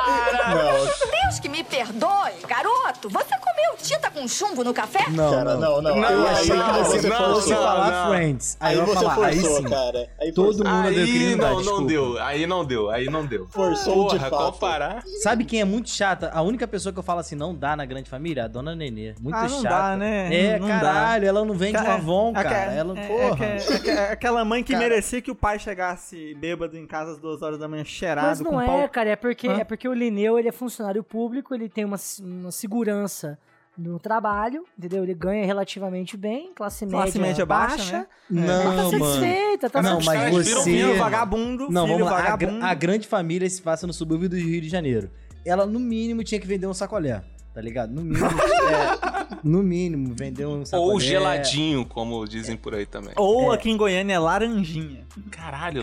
Speaker 10: Deus que me perdoe, garoto. Você comeu tinta com chumbo no café?
Speaker 1: Não,
Speaker 8: Cara,
Speaker 1: não.
Speaker 8: não, não.
Speaker 4: Não,
Speaker 8: eu achei
Speaker 4: não,
Speaker 8: que você
Speaker 4: não,
Speaker 8: falou
Speaker 1: Se
Speaker 8: assim.
Speaker 4: não.
Speaker 1: falar Friends, aí,
Speaker 8: Aí
Speaker 1: eu vou
Speaker 8: você
Speaker 1: falar, aí
Speaker 8: forçou,
Speaker 1: sim.
Speaker 8: cara. Aí
Speaker 1: Todo
Speaker 8: forçou.
Speaker 1: mundo deu
Speaker 4: Aí
Speaker 1: criminalidade,
Speaker 4: não, não
Speaker 1: desculpa.
Speaker 4: deu. Aí não deu, aí não deu.
Speaker 8: Forçou de
Speaker 4: Porra,
Speaker 8: fato.
Speaker 4: comparar.
Speaker 1: Sabe quem é muito chata? A única pessoa que eu falo assim, não dá na grande família? é A dona Nenê. Muito
Speaker 7: Ah,
Speaker 1: chata.
Speaker 7: não dá, né?
Speaker 1: É,
Speaker 7: Não dá.
Speaker 1: caralho, ela não vem de um
Speaker 7: Ca-
Speaker 1: Avon,
Speaker 7: aque-
Speaker 1: cara. Ela,
Speaker 7: é-
Speaker 1: porra.
Speaker 7: é que- é que- é aquela mãe que
Speaker 1: Cara.
Speaker 7: merecia que o pai chegasse bêbado em casa às duas horas da manhã, cheirado,
Speaker 6: Mas
Speaker 7: com um
Speaker 6: não
Speaker 7: pau.
Speaker 6: é, cara, é porque,
Speaker 7: Hã?
Speaker 6: é porque o Lineu, ele é funcionário público, ele tem uma, se- uma segurança no trabalho, entendeu? Ele ganha relativamente bem, classe média,
Speaker 7: Classe média baixa, né?
Speaker 6: Ela tá
Speaker 1: Não, mano.
Speaker 6: satisfeita, tá
Speaker 1: Não,
Speaker 6: satisfeita.
Speaker 1: mas
Speaker 4: caras viram
Speaker 1: você...
Speaker 7: Filho vagabundo,
Speaker 1: Não,
Speaker 7: filho
Speaker 1: vamos lá. A,
Speaker 7: vagabundo.
Speaker 1: gra- a grande família se passa no subúrbio do Rio de Janeiro. Ela, no mínimo, tinha que vender um sacolé. Tá ligado? No mínimo. é, no mínimo, vender um sacolé.
Speaker 4: Ou geladinho, como dizem por aí também.
Speaker 7: Ou aqui em Goiânia é laranjinha.
Speaker 4: Caralho,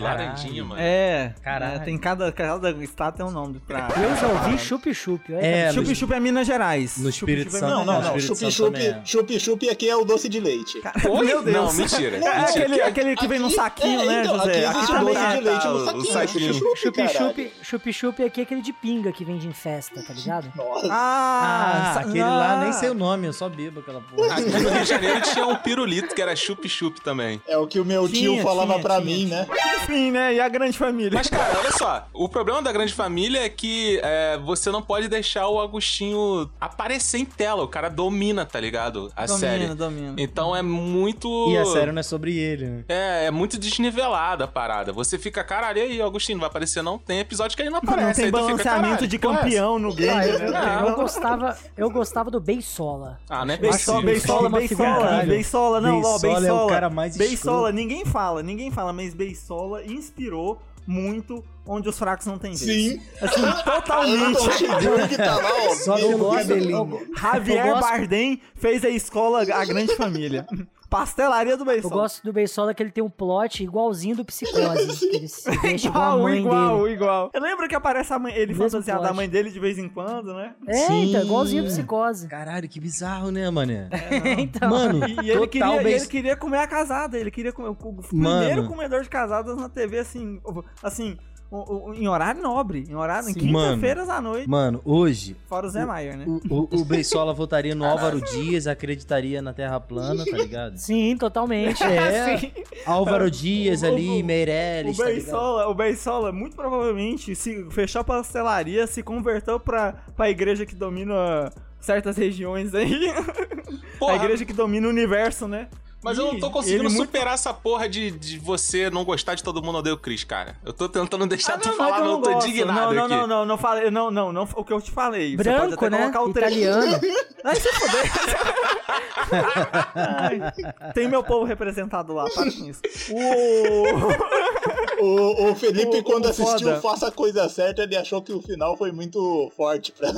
Speaker 1: Caralho.
Speaker 4: laranjinha, mano.
Speaker 7: É,
Speaker 1: Caralho.
Speaker 7: é, tem cada, cada estado tem um nome pra...
Speaker 6: Eu já ouvi chup-chup. olha
Speaker 1: É, no,
Speaker 7: Chup-chup é Minas Gerais.
Speaker 1: no Espírito
Speaker 7: Chup-chup é
Speaker 1: Santo.
Speaker 8: Ah, Não, não,
Speaker 1: no
Speaker 8: não.
Speaker 1: Espírito Santo
Speaker 8: Chup-chup
Speaker 1: também é.
Speaker 8: chup-chup aqui é o doce de leite.
Speaker 4: Oi?
Speaker 7: Meu Deus.
Speaker 4: Não, mentira.
Speaker 7: É
Speaker 4: mentira.
Speaker 7: aquele, aquele que vem num
Speaker 8: Aqui-
Speaker 7: saquinho,
Speaker 8: é,
Speaker 7: né,
Speaker 8: então,
Speaker 7: José? é
Speaker 8: Aqui existe
Speaker 4: Ah,
Speaker 8: o doce
Speaker 4: tá,
Speaker 8: de leite
Speaker 4: tá,
Speaker 8: no
Speaker 4: o
Speaker 8: saquinho.
Speaker 4: saquinho.
Speaker 8: Chup-chup, caralho.
Speaker 6: Chup-chup chup-chup é aqui aquele de pinga que vende em festa, tá ligado?
Speaker 8: Nossa.
Speaker 7: Ah,
Speaker 1: Ah,
Speaker 7: sa-
Speaker 1: aquele lá, nem
Speaker 7: ah.
Speaker 1: sei o nome, eu só bebo aquela porra.
Speaker 4: Aqui no Rio de Janeiro tinha um pirulito que era chup-chup também.
Speaker 8: É o que o meu tio
Speaker 7: Tinha,
Speaker 8: falava
Speaker 7: tinha,
Speaker 8: pra
Speaker 7: tinha,
Speaker 8: mim, né?
Speaker 1: é.
Speaker 7: Enfim, né? E a grande família.
Speaker 4: Mas, cara, olha só. O problema da grande família é que é, você não pode deixar o Agostinho aparecer em tela. O cara domina, tá ligado? A
Speaker 7: domina,
Speaker 4: série.
Speaker 7: domina.
Speaker 4: Então é muito.
Speaker 1: E a série não é sobre ele, né?
Speaker 4: É, é muito desnivelada a parada. Você fica, caralho, e aí, Agostinho, não vai aparecer não? Tem episódio que ele não aparece.
Speaker 7: Não tem
Speaker 4: aí tu fica,
Speaker 7: balanceamento
Speaker 4: "Caralho,
Speaker 7: de
Speaker 4: porra é essa?"
Speaker 7: campeão no game, né?
Speaker 6: Eu gostava, eu gostava do Beisola.
Speaker 4: Ah, não é
Speaker 7: Beisola,
Speaker 4: possível.
Speaker 7: Beisola,
Speaker 11: Beisola é uma figura,
Speaker 7: Beisola,
Speaker 11: caralho.
Speaker 7: Beisola, não, ó,
Speaker 5: Beisola é o
Speaker 7: Beisola.
Speaker 5: cara mais
Speaker 7: Beisola, ninguém fala, ninguém fala, mas Beisola inspirou muito onde os fracos não têm vez.
Speaker 8: Sim.
Speaker 7: Assim,
Speaker 8: Ayrton
Speaker 7: totalmente.
Speaker 8: Schibur que tá lá, ó.
Speaker 5: Só
Speaker 8: meio
Speaker 5: não
Speaker 8: que-
Speaker 5: cabelinho.
Speaker 6: Eu
Speaker 7: Javier
Speaker 6: gosto-
Speaker 7: Bardem fez a escola A Grande Família. Pastelaria do
Speaker 6: Eu
Speaker 7: Beisola.
Speaker 6: gosto do Beisola que ele tem um plot igualzinho do Psicose. que ele se deixa igual a
Speaker 7: Igual,
Speaker 6: mãe
Speaker 7: igual,
Speaker 6: dele.
Speaker 7: igual. Eu lembro que aparece a mãe, ele
Speaker 6: Mesmo
Speaker 7: fantasiado da
Speaker 6: plot.
Speaker 7: mãe dele de vez em quando, né?
Speaker 6: É,
Speaker 5: Sim.
Speaker 6: então, igualzinho do Psicose.
Speaker 5: Caralho, que bizarro, né, mané?
Speaker 6: então,
Speaker 5: Mano,
Speaker 7: É, E, e ele, queria,
Speaker 5: total
Speaker 7: e ele
Speaker 5: Beis-
Speaker 7: queria comer a casada, ele queria comer o o
Speaker 5: Mano.
Speaker 7: primeiro comedor de casadas na TV, assim, o- assim, o- o- em horário nobre, em horário, em
Speaker 5: Sim. Mano.
Speaker 7: quinta-feiras à noite,
Speaker 5: Mano, hoje
Speaker 7: fora o Zé Maier, né?
Speaker 5: o, o, o Beisola votaria no Álvaro Dias, acreditaria na Terra plana, tá ligado?
Speaker 6: sim, totalmente.
Speaker 5: É,
Speaker 7: Sim.
Speaker 5: Álvaro Dias
Speaker 7: assim. O- o-
Speaker 5: ali,
Speaker 7: o-
Speaker 5: Meirelles,
Speaker 7: o
Speaker 5: tá ligado?
Speaker 7: Beisola, o Beisola, muito provavelmente, se fechou a pastelaria, se converteu pra, pra igreja que domina certas regiões aí.
Speaker 4: Porra,
Speaker 7: A igreja que domina o universo, né?
Speaker 4: mas eu não tô
Speaker 7: é
Speaker 4: conseguindo superar essa porra de, de você não gostar de todo mundo odeia o Chris, cara. Eu tô tentando
Speaker 7: Ah,
Speaker 4: deixar tu falar, mas eu tô indignado
Speaker 7: é não, não,
Speaker 4: aqui.
Speaker 7: não, não, não falei, não, não, não, o que eu te falei. você pode
Speaker 6: Branco,
Speaker 7: até
Speaker 6: né?
Speaker 7: colocar o trecho.
Speaker 6: Italiano.
Speaker 7: Ai, se fuder. Ai, Tem meu povo representado lá, para com isso. O...
Speaker 8: O, o Felipe,
Speaker 7: O-
Speaker 8: quando
Speaker 7: o
Speaker 8: assistiu
Speaker 7: foda.
Speaker 8: Faça a Coisa Certa, ele achou que o final foi muito forte pra.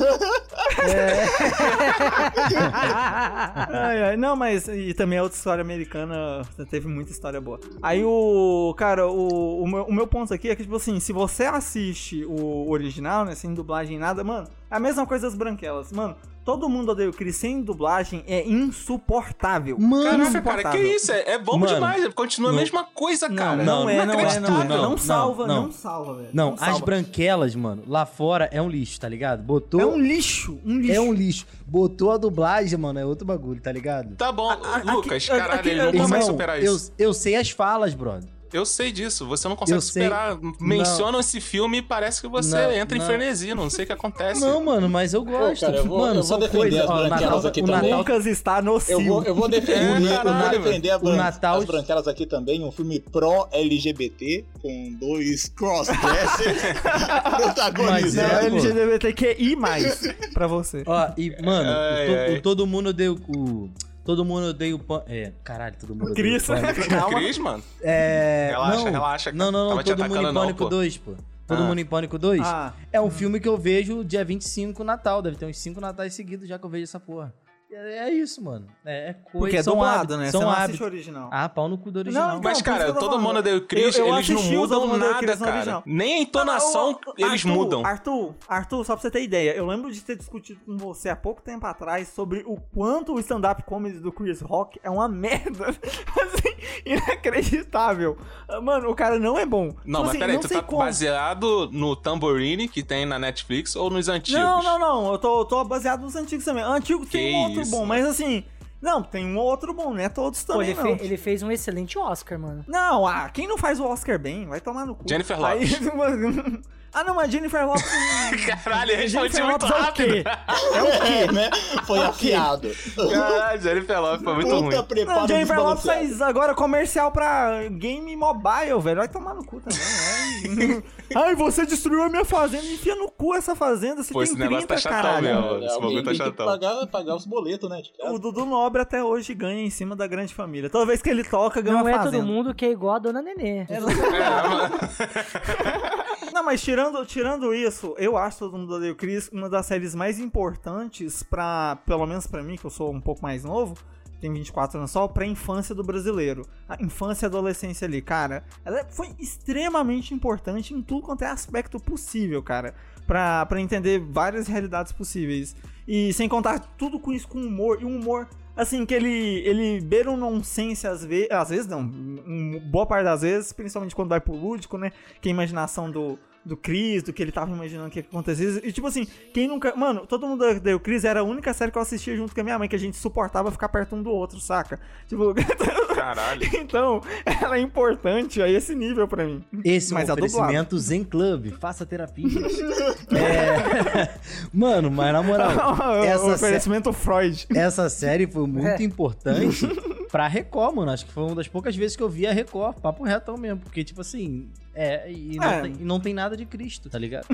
Speaker 7: Ai, ai, não, mas e também a outra história americana teve muita história boa. Aí o. Cara, o, o, meu, o meu ponto aqui é que, tipo assim, se você assiste o original, né, sem dublagem e nada, mano, é a mesma coisa das branquelas. Mano, todo mundo odeia o Chris sem dublagem é insuportável.
Speaker 4: Caraca, cara, que
Speaker 7: insuportável.
Speaker 4: isso? É, é bom
Speaker 5: Mano,
Speaker 4: demais. Continua a
Speaker 5: não.
Speaker 4: mesma coisa,
Speaker 7: Não,
Speaker 4: cara.
Speaker 7: não, é, não é, não é.
Speaker 4: Inacreditável.
Speaker 7: Não,
Speaker 5: não,
Speaker 7: salva, não,
Speaker 5: não.
Speaker 7: salva, velho.
Speaker 5: Não, as
Speaker 7: salva.
Speaker 5: branquelas, mano, lá fora é um lixo, tá ligado? Botou.
Speaker 7: É um lixo, um lixo.
Speaker 5: É um lixo. Botou a dublagem, mano, é outro bagulho, tá ligado?
Speaker 4: Tá bom,
Speaker 7: a-
Speaker 4: Lucas,
Speaker 7: aqui-
Speaker 4: caralho,
Speaker 7: aqui-
Speaker 4: ele não
Speaker 7: Irmão,
Speaker 4: vai superar isso.
Speaker 5: Eu, eu sei as falas, brother.
Speaker 4: Eu sei disso, você não consegue
Speaker 5: Eu sei.
Speaker 4: superar. Menciona esse filme e parece que você
Speaker 5: Não,
Speaker 4: entra em
Speaker 5: não.
Speaker 4: frenesi, não sei o que acontece.
Speaker 5: Não, mano, mas eu gosto.
Speaker 8: cara, eu vou-
Speaker 5: mano,
Speaker 8: eu vou
Speaker 5: são
Speaker 8: defender
Speaker 5: coisas.
Speaker 8: as
Speaker 5: Ó,
Speaker 8: branquelas
Speaker 5: Natal,
Speaker 8: aqui
Speaker 5: o
Speaker 8: também.
Speaker 5: Natal tá-
Speaker 7: Lucas está
Speaker 8: Eu
Speaker 7: nocivo.
Speaker 8: vou, eu vou defender,
Speaker 4: É,
Speaker 8: eu vou
Speaker 4: caralho,
Speaker 8: defender a
Speaker 5: o
Speaker 8: bran-
Speaker 5: Natal-
Speaker 8: as branquelas aqui também, um filme pró-LGBT, com dois crossdressers
Speaker 5: Mas
Speaker 7: Não,
Speaker 5: é,
Speaker 8: protagonizando.
Speaker 5: pô.
Speaker 7: LGBTQI+, pra você.
Speaker 5: Ó, e, mano,
Speaker 4: Ai,
Speaker 5: o to-
Speaker 4: ai.
Speaker 5: o todo mundo odeia o. o- Todo mundo odeia o pan. É, caralho, todo mundo odeia
Speaker 7: Cris,
Speaker 5: o pânico.
Speaker 7: calma.
Speaker 4: Cris, mano.
Speaker 5: É.
Speaker 4: Relaxa,
Speaker 5: não,
Speaker 4: relaxa, cara.
Speaker 5: Não, não,
Speaker 4: Tava
Speaker 5: não.
Speaker 4: te
Speaker 5: Todo mundo
Speaker 4: atacando
Speaker 5: em
Speaker 4: não,
Speaker 5: Pânico
Speaker 4: pô.
Speaker 5: 2, pô. Todo
Speaker 4: Ah.
Speaker 5: mundo em Pânico 2.
Speaker 7: Ah,
Speaker 5: É um filme que eu vejo dia 25 Natal. Deve ter uns 5 natais seguidos já que eu vejo essa porra. É, é isso, mano. É, é coisa.
Speaker 7: porque é
Speaker 5: são
Speaker 7: dublado,
Speaker 5: hábitos,
Speaker 7: né? Você
Speaker 5: São
Speaker 7: não assiste o
Speaker 5: hábitos.
Speaker 7: original.
Speaker 5: Ah, pau no cu do original.
Speaker 7: então,
Speaker 4: Mas,
Speaker 7: por isso
Speaker 4: cara,
Speaker 7: que eu tô
Speaker 4: todo
Speaker 7: falando.
Speaker 4: mundo odeia o Chris,
Speaker 7: Eu- eu
Speaker 4: eles não
Speaker 7: assisti os
Speaker 4: mudam
Speaker 7: Todo Mundo Odeia o
Speaker 4: nada,
Speaker 7: Chris na
Speaker 4: cara.
Speaker 7: original.
Speaker 4: Nem a
Speaker 7: Ah,
Speaker 4: entonação,
Speaker 7: o- o-
Speaker 4: eles
Speaker 7: Arthur,
Speaker 4: mudam.
Speaker 7: Arthur, Arthur, só pra você ter ideia, eu lembro de ter discutido com você há pouco tempo atrás sobre o quanto o stand-up comedy do Chris Rock é uma merda. assim, inacreditável. Ah, Mano, o cara não é bom.
Speaker 4: Não,
Speaker 7: Tipo
Speaker 4: mas
Speaker 7: assim,
Speaker 4: peraí,
Speaker 7: não
Speaker 4: tu
Speaker 7: sei
Speaker 4: tá
Speaker 7: como.
Speaker 4: baseado no Tamborini que tem na Netflix ou nos antigos?
Speaker 7: Não, não, não. Eu tô, eu tô baseado nos antigos também. Antigo tem
Speaker 4: Que
Speaker 7: um outro
Speaker 4: isso,
Speaker 7: bom,
Speaker 4: mano.
Speaker 7: mas assim. Não, tem um outro bom, né? Todos
Speaker 6: Pô,
Speaker 7: também.
Speaker 6: ele,
Speaker 7: não.
Speaker 6: fe- ele fez um excelente Oscar, mano.
Speaker 7: Não, ah, quem não faz o Oscar bem, vai tomar no cu.
Speaker 4: Jennifer
Speaker 7: Aí-
Speaker 4: Lopez.
Speaker 7: ah, não, mas Jennifer Lopez.
Speaker 4: Caralho, eu respondi
Speaker 7: Jennifer
Speaker 4: muito
Speaker 7: Lopez é o
Speaker 4: rápido.
Speaker 7: quê?
Speaker 8: É o quê, né? Foi afiado.
Speaker 4: Caralho, Jennifer Lopez foi muito ruim.
Speaker 8: Puta preparo
Speaker 7: Não, Jennifer Lopez
Speaker 8: desbalanceado.
Speaker 7: faz agora comercial pra game mobile, velho. Vai tomar no cu também. Ai, Ai, você destruiu a minha fazenda. Enfia no cu essa fazenda. Você
Speaker 4: Pô,
Speaker 7: tem
Speaker 4: esse
Speaker 7: 30,
Speaker 4: negócio tá chatão
Speaker 7: caralho.
Speaker 4: mesmo.
Speaker 8: É,
Speaker 4: Esse
Speaker 8: alguém
Speaker 4: momento tá
Speaker 8: tem que
Speaker 4: chatão.
Speaker 8: Pagar, pagar os boletos, né? de casa.
Speaker 7: O Dudu Nobre até hoje ganha em cima da grande família. Toda vez que ele toca, ganha
Speaker 6: Não
Speaker 7: uma
Speaker 6: é
Speaker 7: fazenda. É,
Speaker 6: todo mundo que é igual a Dona Nenê.
Speaker 7: Não, mas tirando, tirando isso, eu acho Todo Mundo Odeia o Chris uma das séries mais importantes pra, pelo menos pra mim, que eu sou um pouco mais novo, tenho 24 anos só, pra infância do brasileiro. A infância e adolescência ali, cara, ela foi extremamente importante em tudo quanto é aspecto possível, cara. Pra, pra entender várias realidades possíveis. E sem contar tudo com isso com humor, e um humor assim, que ele, ele beira um nonsense às vezes, às vezes não, um- boa parte das vezes, principalmente quando vai pro lúdico, né, que é a imaginação do, do Chris, do que ele tava imaginando que ia acontecer, e tipo assim, quem nunca, mano, todo mundo odeia o Chris, era a única série que eu assistia junto com a minha mãe, que a gente suportava ficar perto um do outro, saca? Tipo,
Speaker 4: Caralho.
Speaker 7: então, ela é importante a esse nível pra mim.
Speaker 5: Esse
Speaker 7: Mas
Speaker 5: é
Speaker 7: a
Speaker 5: um oferecimento Zen Club. Faça terapia. é... Mano, mas na moral, essa
Speaker 7: o
Speaker 5: sé-
Speaker 7: oferecimento Freud.
Speaker 5: essa série foi
Speaker 7: É.
Speaker 5: muito importante pra Record, mano. Acho que foi uma das poucas vezes que eu vi a Record. Papo retão mesmo. Porque, tipo assim, é. E não,
Speaker 7: É.
Speaker 5: Tem, e não tem nada de Cristo, tá ligado?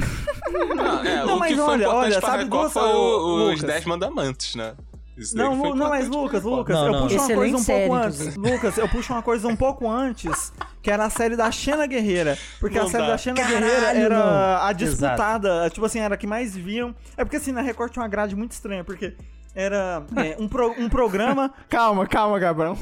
Speaker 4: Não, é,
Speaker 7: Não,
Speaker 4: o que
Speaker 7: mas
Speaker 4: foi
Speaker 7: olha,
Speaker 4: importante
Speaker 7: olha,
Speaker 4: pra
Speaker 7: sabe
Speaker 4: Record
Speaker 7: duas-
Speaker 4: foi
Speaker 7: ô,
Speaker 4: o- os
Speaker 7: Lucas.
Speaker 4: Dez Mandamentos, né? Snake
Speaker 7: Não,
Speaker 4: foi
Speaker 7: Lu- não, mas
Speaker 4: importante
Speaker 7: Lucas,
Speaker 4: pra ele,
Speaker 7: Lucas,
Speaker 5: Não,
Speaker 7: eu
Speaker 5: não.
Speaker 7: puxo uma
Speaker 6: Excelente
Speaker 7: coisa um
Speaker 6: série,
Speaker 7: pouco antes. Lucas, eu puxo uma coisa um pouco antes, que era a série da Xena Guerreira. Porque
Speaker 4: Não
Speaker 7: a série
Speaker 4: dá.
Speaker 7: da Xena
Speaker 1: Caralho,
Speaker 7: Guerreira era
Speaker 1: não.
Speaker 7: a disputada, tipo assim, era a que mais viam. É porque assim, na Record tinha uma grade muito estranha, porque era é, um, pro- um programa. calma, calma, Gabrão.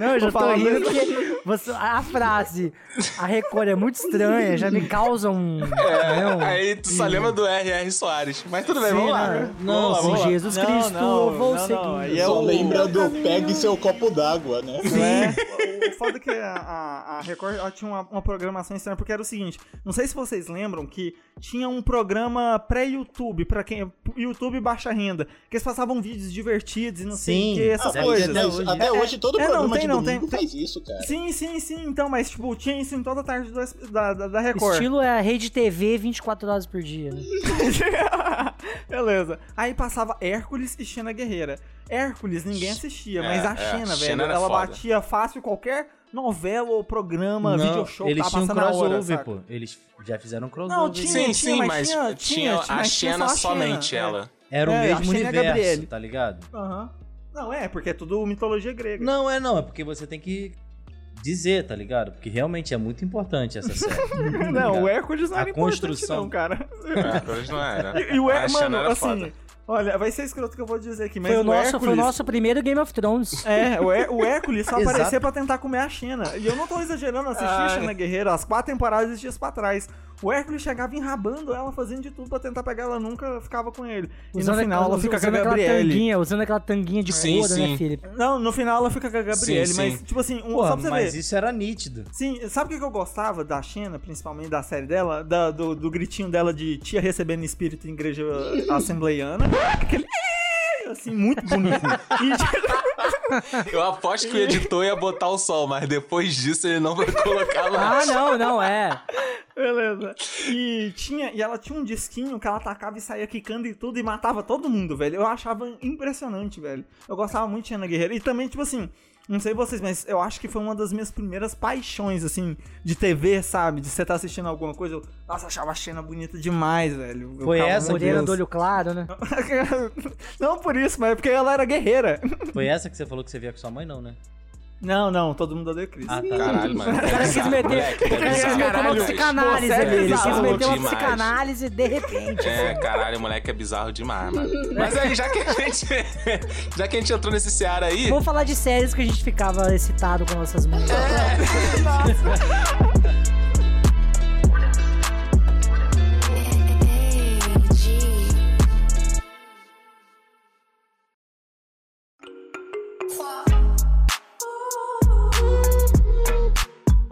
Speaker 6: Não, eu já
Speaker 7: Tô
Speaker 6: tô
Speaker 7: falando.
Speaker 6: rindo porque você- a frase, a Record é muito estranha, já me causa um.
Speaker 4: É, aí tu só lembra do R.R. Soares. Mas tudo bem, vamos lá.
Speaker 7: né?
Speaker 6: Não,
Speaker 4: vamos lá, vamos
Speaker 6: se
Speaker 4: lá.
Speaker 6: Jesus
Speaker 7: Não,
Speaker 6: Cristo,
Speaker 7: não,
Speaker 6: eu vou
Speaker 7: não,
Speaker 6: seguir.
Speaker 7: não, aí é
Speaker 8: Só
Speaker 7: o-
Speaker 8: lembra do pegue seu copo d'água, né?
Speaker 7: É. O foda é que a, a- a Record ela tinha uma, uma programação estranha, porque era o seguinte: não sei se vocês lembram que tinha um programa pré-YouTube, pra quem. YouTube baixa renda, que eles passavam vídeos divertidos e não sei
Speaker 1: Sim.
Speaker 7: o que,
Speaker 8: Ah,
Speaker 7: essas
Speaker 8: mas
Speaker 7: coisas.
Speaker 8: até, hoje, até hoje todo
Speaker 7: é, não,
Speaker 8: programa
Speaker 7: tem,
Speaker 8: de
Speaker 7: não,
Speaker 8: domingo
Speaker 7: tem-
Speaker 8: faz isso, cara.
Speaker 7: Sim, sim, sim, então, mas tipo, tinha isso em toda a tarde do S- da, da, da Record.
Speaker 6: Estilo é a rede TV 24 horas por dia. né?
Speaker 7: Beleza. Aí passava Hércules e Xena Guerreira. Hércules ninguém assistia,
Speaker 4: É,
Speaker 7: mas a
Speaker 4: é,
Speaker 7: Xena,
Speaker 4: a
Speaker 7: velho,
Speaker 4: Xena era
Speaker 7: ela
Speaker 4: foda.
Speaker 7: batia fácil qualquer novela ou programa,
Speaker 1: Não,
Speaker 7: video show,
Speaker 1: eles
Speaker 7: tava
Speaker 1: tinham um
Speaker 7: passando na hora,
Speaker 1: crossover,
Speaker 7: saca?
Speaker 1: pô. Eles já fizeram um crossover.
Speaker 7: Não, tinha,
Speaker 4: Sim,
Speaker 7: tinha,
Speaker 4: sim,
Speaker 7: mas
Speaker 4: mas
Speaker 7: tinha,
Speaker 4: tinha,
Speaker 7: tinha, tinha,
Speaker 4: a
Speaker 7: mas tinha
Speaker 4: Xena
Speaker 7: só a
Speaker 4: somente
Speaker 7: Xena,
Speaker 4: ela.
Speaker 1: Era o
Speaker 7: É,
Speaker 1: mesmo
Speaker 7: achei que é Gabriele.
Speaker 1: universo, tá ligado?
Speaker 7: Aham. Não, é, porque é tudo mitologia grega.
Speaker 1: Não, é não. É porque você tem que dizer, tá ligado? Porque realmente é muito importante essa série.
Speaker 6: Tá
Speaker 7: Não, é o Hércules não
Speaker 1: A
Speaker 7: era importante
Speaker 1: construção.
Speaker 7: não, cara.
Speaker 4: É, hoje não era.
Speaker 7: E, e o
Speaker 4: a
Speaker 7: Hércules,
Speaker 4: Xena
Speaker 7: mano,
Speaker 4: era
Speaker 7: assim,
Speaker 4: foda.
Speaker 7: olha, vai ser escroto que eu vou dizer aqui, mas
Speaker 6: Foi o,
Speaker 7: o
Speaker 6: nosso,
Speaker 7: Hércules...
Speaker 6: foi o nosso primeiro Game of Thrones.
Speaker 7: É, o, Hé- o Hércules só
Speaker 1: Exato.
Speaker 7: aparecia pra tentar comer a Xena. E eu não tô exagerando, eu assisti a Xena Guerreira as quatro temporadas esses dias pra trás. O Hércules chegava enrabando ela, fazendo de tudo pra tentar pegar ela, nunca ficava com ele. E no final ela fica com a
Speaker 6: usando aquela
Speaker 7: Gabriele.
Speaker 6: tanguinha, usando aquela tanguinha de
Speaker 4: Sim,
Speaker 6: couro,
Speaker 4: sim.
Speaker 6: né, Felipe?
Speaker 7: Não, no final ela fica com a Gabriele,
Speaker 4: Sim,
Speaker 7: mas
Speaker 4: sim.
Speaker 7: tipo assim, um,
Speaker 1: Porra,
Speaker 7: só pra você
Speaker 1: mas
Speaker 7: ver.
Speaker 1: isso era nítido.
Speaker 7: Sim, sabe o que que eu gostava da Xena, principalmente da série dela? Da- do, do gritinho dela de tia recebendo espírito em igreja assembleiana. Aquele. Assim, muito bonito. E-
Speaker 4: Eu aposto que o editor ia botar o sol, mas depois disso ele não vai colocar
Speaker 6: Ah,
Speaker 4: mais.
Speaker 6: não, não, é.
Speaker 7: Beleza. E tinha, e ela tinha um disquinho que ela atacava e saía quicando e tudo e matava todo mundo, velho. Eu achava impressionante, velho. Eu gostava muito de Ana Guerreira e também tipo assim, não sei vocês, mas eu acho que foi uma das minhas primeiras paixões, assim, de TV, sabe? De você estar assistindo alguma coisa. Eu, nossa, achava a Xena bonita demais, velho. Eu
Speaker 1: Foi
Speaker 7: ficava,
Speaker 1: essa
Speaker 7: meu
Speaker 1: que
Speaker 6: Morena
Speaker 7: Deus.
Speaker 6: do olho claro, né?
Speaker 7: Não por isso, mas é porque ela era guerreira.
Speaker 1: Foi essa que você falou que você via com sua mãe, não, né?
Speaker 7: Não, não, todo mundo odeia Cris.
Speaker 1: Ah, tá.
Speaker 4: Caralho, mano.
Speaker 6: O cara quis meter, o cara quis meter uma É, psicanálise
Speaker 7: Você é
Speaker 6: ali. Ele quis
Speaker 7: bizarro
Speaker 6: meter uma
Speaker 4: demais.
Speaker 6: psicanálise de repente.
Speaker 4: É, caralho, moleque é bizarro demais, mano. Mas aí, já que a gente. Já que a gente entrou nesse seara aí.
Speaker 6: Vamos falar de séries que a gente ficava excitado com nossas músicas.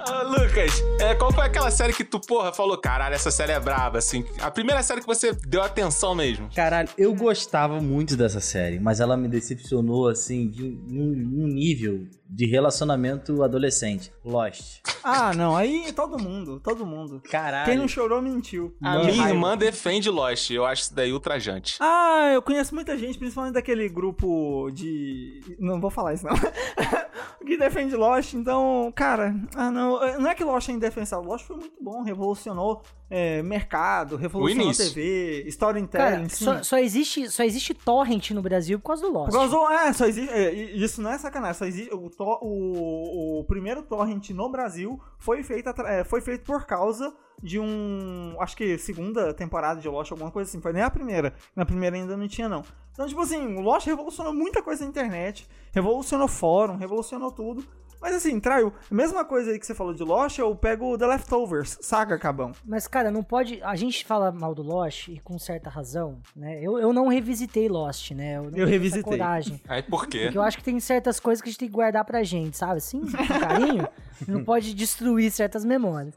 Speaker 4: Ah, Lucas, é, qual foi aquela série que tu, porra, falou, caralho, essa série é braba, assim? A primeira série que você deu atenção mesmo.
Speaker 1: Caralho, eu gostava muito dessa série, mas ela me decepcionou, assim, de um, um- um nível de relacionamento adolescente. Lost.
Speaker 7: Ah, não, aí todo mundo, todo mundo.
Speaker 1: Caralho.
Speaker 7: Quem não chorou mentiu.
Speaker 6: Ah,
Speaker 4: A minha irmã defende Lost, eu acho isso daí ultrajante.
Speaker 7: Ah, eu conheço muita gente, principalmente daquele grupo de. Não vou falar isso, não. que defende Lost, então, cara, ah, não. Não é que Lost é indefensável. Lost foi muito bom, revolucionou é, mercado, revolucionou
Speaker 4: início.
Speaker 7: TV, storytelling,
Speaker 6: Cara,
Speaker 7: sim.
Speaker 6: só, só existe, só existe torrent no Brasil por causa do Lost.
Speaker 7: Por causa do- é, só existe, é, i- isso não é sacanagem, só existe, o, to- o- o primeiro torrent no Brasil foi feito, atra- é, foi feito por causa de um, acho que segunda temporada de Lost, alguma coisa assim, foi nem a primeira, na primeira ainda não tinha não. Então, tipo assim, o Lost revolucionou muita coisa na internet, revolucionou fórum, revolucionou tudo, mas assim, traiu, a mesma coisa aí que você falou de Lost, eu pego The Leftovers, saca, Cabão?
Speaker 6: Mas, cara, não pode. A gente fala mal do Lost, e com certa razão, né? Eu, eu não revisitei Lost, né? não
Speaker 7: Eu
Speaker 6: tive essa
Speaker 7: revisitei.
Speaker 6: coragem.
Speaker 4: Aí por quê?
Speaker 6: Porque eu acho que tem certas coisas que a gente tem que guardar pra gente, sabe? Assim, com carinho. não pode destruir certas memórias.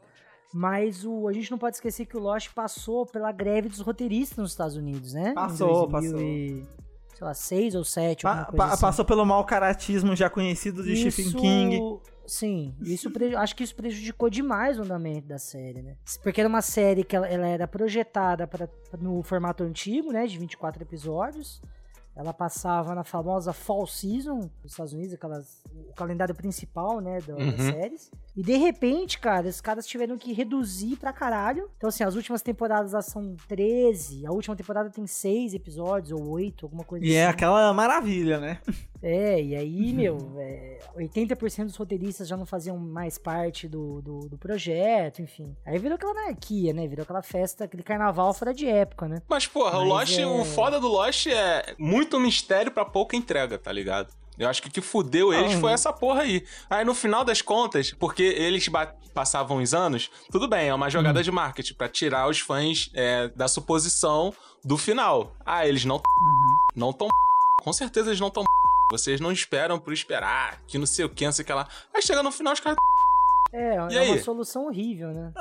Speaker 6: Mas o, a gente não pode esquecer que o Lost passou pela greve dos roteiristas nos Estados Unidos, né? Em
Speaker 7: Passou,
Speaker 6: 2000 E, sei lá, seis ou sete, alguma
Speaker 7: Pa-
Speaker 6: coisa
Speaker 7: pa-
Speaker 6: assim.
Speaker 7: Passou pelo mau caratismo já conhecido de Stephen King.
Speaker 6: Sim, isso preju- acho que isso prejudicou demais o andamento da série, né? Porque era uma série que ela, ela era projetada pra, no formato antigo, né? De 24 episódios. Ela passava na famosa Fall Season dos Estados Unidos, aquelas, o calendário principal, né, da- das
Speaker 4: Uhum.
Speaker 6: séries. E de repente, cara, os caras tiveram que reduzir pra caralho. Então, assim, as últimas temporadas elas são 13, a última temporada tem 6 episódios ou 8, alguma coisa
Speaker 7: E é
Speaker 6: assim.
Speaker 7: aquela maravilha, né?
Speaker 6: É, e aí,
Speaker 4: Uhum.
Speaker 6: meu, é, 80% dos roteiristas já não faziam mais parte do, do, do projeto, enfim. Aí virou aquela anarquia, né? Virou aquela festa, aquele carnaval fora de época, né?
Speaker 4: Mas, porra, o
Speaker 6: Mas
Speaker 4: Lost,
Speaker 6: é-
Speaker 4: o foda do Lost é muito mistério pra pouca entrega, tá ligado? Eu acho que o que fudeu eles
Speaker 6: é.
Speaker 4: foi essa porra aí. Aí no final das contas, porque eles ba- passavam os anos, tudo bem, é uma
Speaker 6: Hum.
Speaker 4: jogada de marketing pra tirar os fãs é, da suposição do final. Ah, eles não t-
Speaker 6: Uhum.
Speaker 4: não tão p***. com certeza eles não tão p***. vocês não esperam por esperar, que não sei o que, não sei o que lá. Aí chega no final os caras
Speaker 6: É,
Speaker 4: E
Speaker 6: é uma
Speaker 4: aí? Ah,
Speaker 6: solução horrível, né?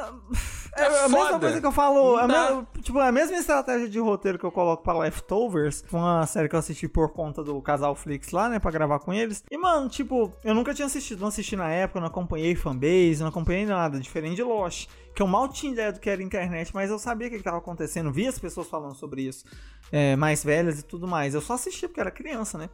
Speaker 7: É, a mesma
Speaker 4: Tá foda.
Speaker 7: coisa que eu falo. A
Speaker 4: Não
Speaker 7: me- tipo, a mesma estratégia de roteiro que eu coloco pra Leftovers, uma série que eu assisti por conta do casal Flix lá, né, pra gravar com eles. E, mano, tipo, eu nunca tinha assistido, não assisti na época, não acompanhei fanbase, não acompanhei nada, diferente de Lost, que eu mal tinha ideia do que era internet, mas eu sabia o que que tava acontecendo, via as pessoas falando sobre isso, é, mais velhas e tudo mais. Eu só assisti porque era criança, né?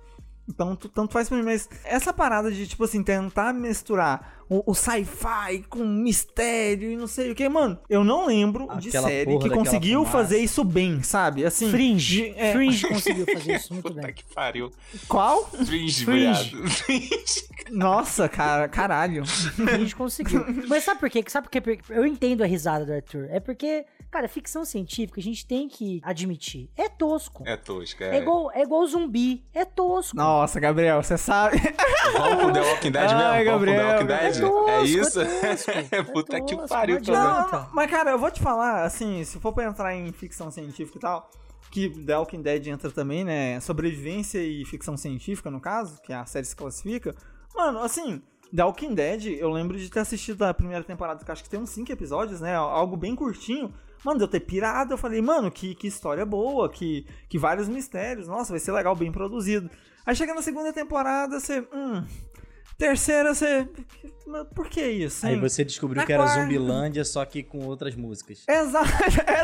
Speaker 7: Então, tu- tanto faz pra mim, mas essa parada de, tipo assim, tentar misturar o, o sci-fi com mistério e não sei o que, mano, eu não lembro de
Speaker 1: Aquela
Speaker 7: série
Speaker 1: porra
Speaker 7: que
Speaker 1: daquela
Speaker 7: conseguiu
Speaker 1: fumaça.
Speaker 7: fazer isso bem, sabe? Assim.
Speaker 6: Fringe.
Speaker 7: de- é,
Speaker 6: Fringe conseguiu fazer isso muito
Speaker 4: Puta
Speaker 6: bem.
Speaker 4: que pariu.
Speaker 7: Qual?
Speaker 4: Fringe,
Speaker 6: Fringe.
Speaker 4: viado. Fringe.
Speaker 7: Nossa, cara, caralho.
Speaker 6: Fringe conseguiu. Mas sabe por quê? Sabe por quê? Porque Eu entendo a risada do Arthur. É porque, cara, ficção científica, a gente tem que admitir. É tosco.
Speaker 4: É tosca,
Speaker 6: É,
Speaker 4: é.
Speaker 6: igual, é igual zumbi. É tosco.
Speaker 7: Nossa, Gabriel, você sabe.
Speaker 4: Vamos pro The Walking Dead mesmo?
Speaker 7: Ai,
Speaker 4: Vamos pro The Walking
Speaker 7: Gabriel,
Speaker 4: Dead?
Speaker 6: É tosco,
Speaker 4: é isso?
Speaker 6: É, tosco, é
Speaker 4: Puta que
Speaker 6: tosco,
Speaker 4: pariu,
Speaker 6: não
Speaker 4: tô vendo.
Speaker 6: adianta.
Speaker 7: Não, mas cara, eu vou te falar, assim, se for pra entrar em ficção científica e tal, que The Walking Dead entra também, né? Sobrevivência e ficção científica, no caso, que a série se classifica. Mano, assim, The Walking Dead, eu lembro de ter assistido a primeira temporada, que acho que tem uns 5 episódios, né? Algo bem curtinho. Mano, deu ter pirado, eu falei, mano, que, que história boa, que, que vários mistérios, nossa, vai ser legal, bem produzido. Aí chega na segunda temporada, você. Hum. Terceira, você. mas Por que isso?
Speaker 1: Aí
Speaker 7: hein?
Speaker 1: você descobriu
Speaker 7: Na
Speaker 1: que era
Speaker 7: quarta.
Speaker 1: Zumbilândia, só que com outras músicas.
Speaker 7: É. Exato,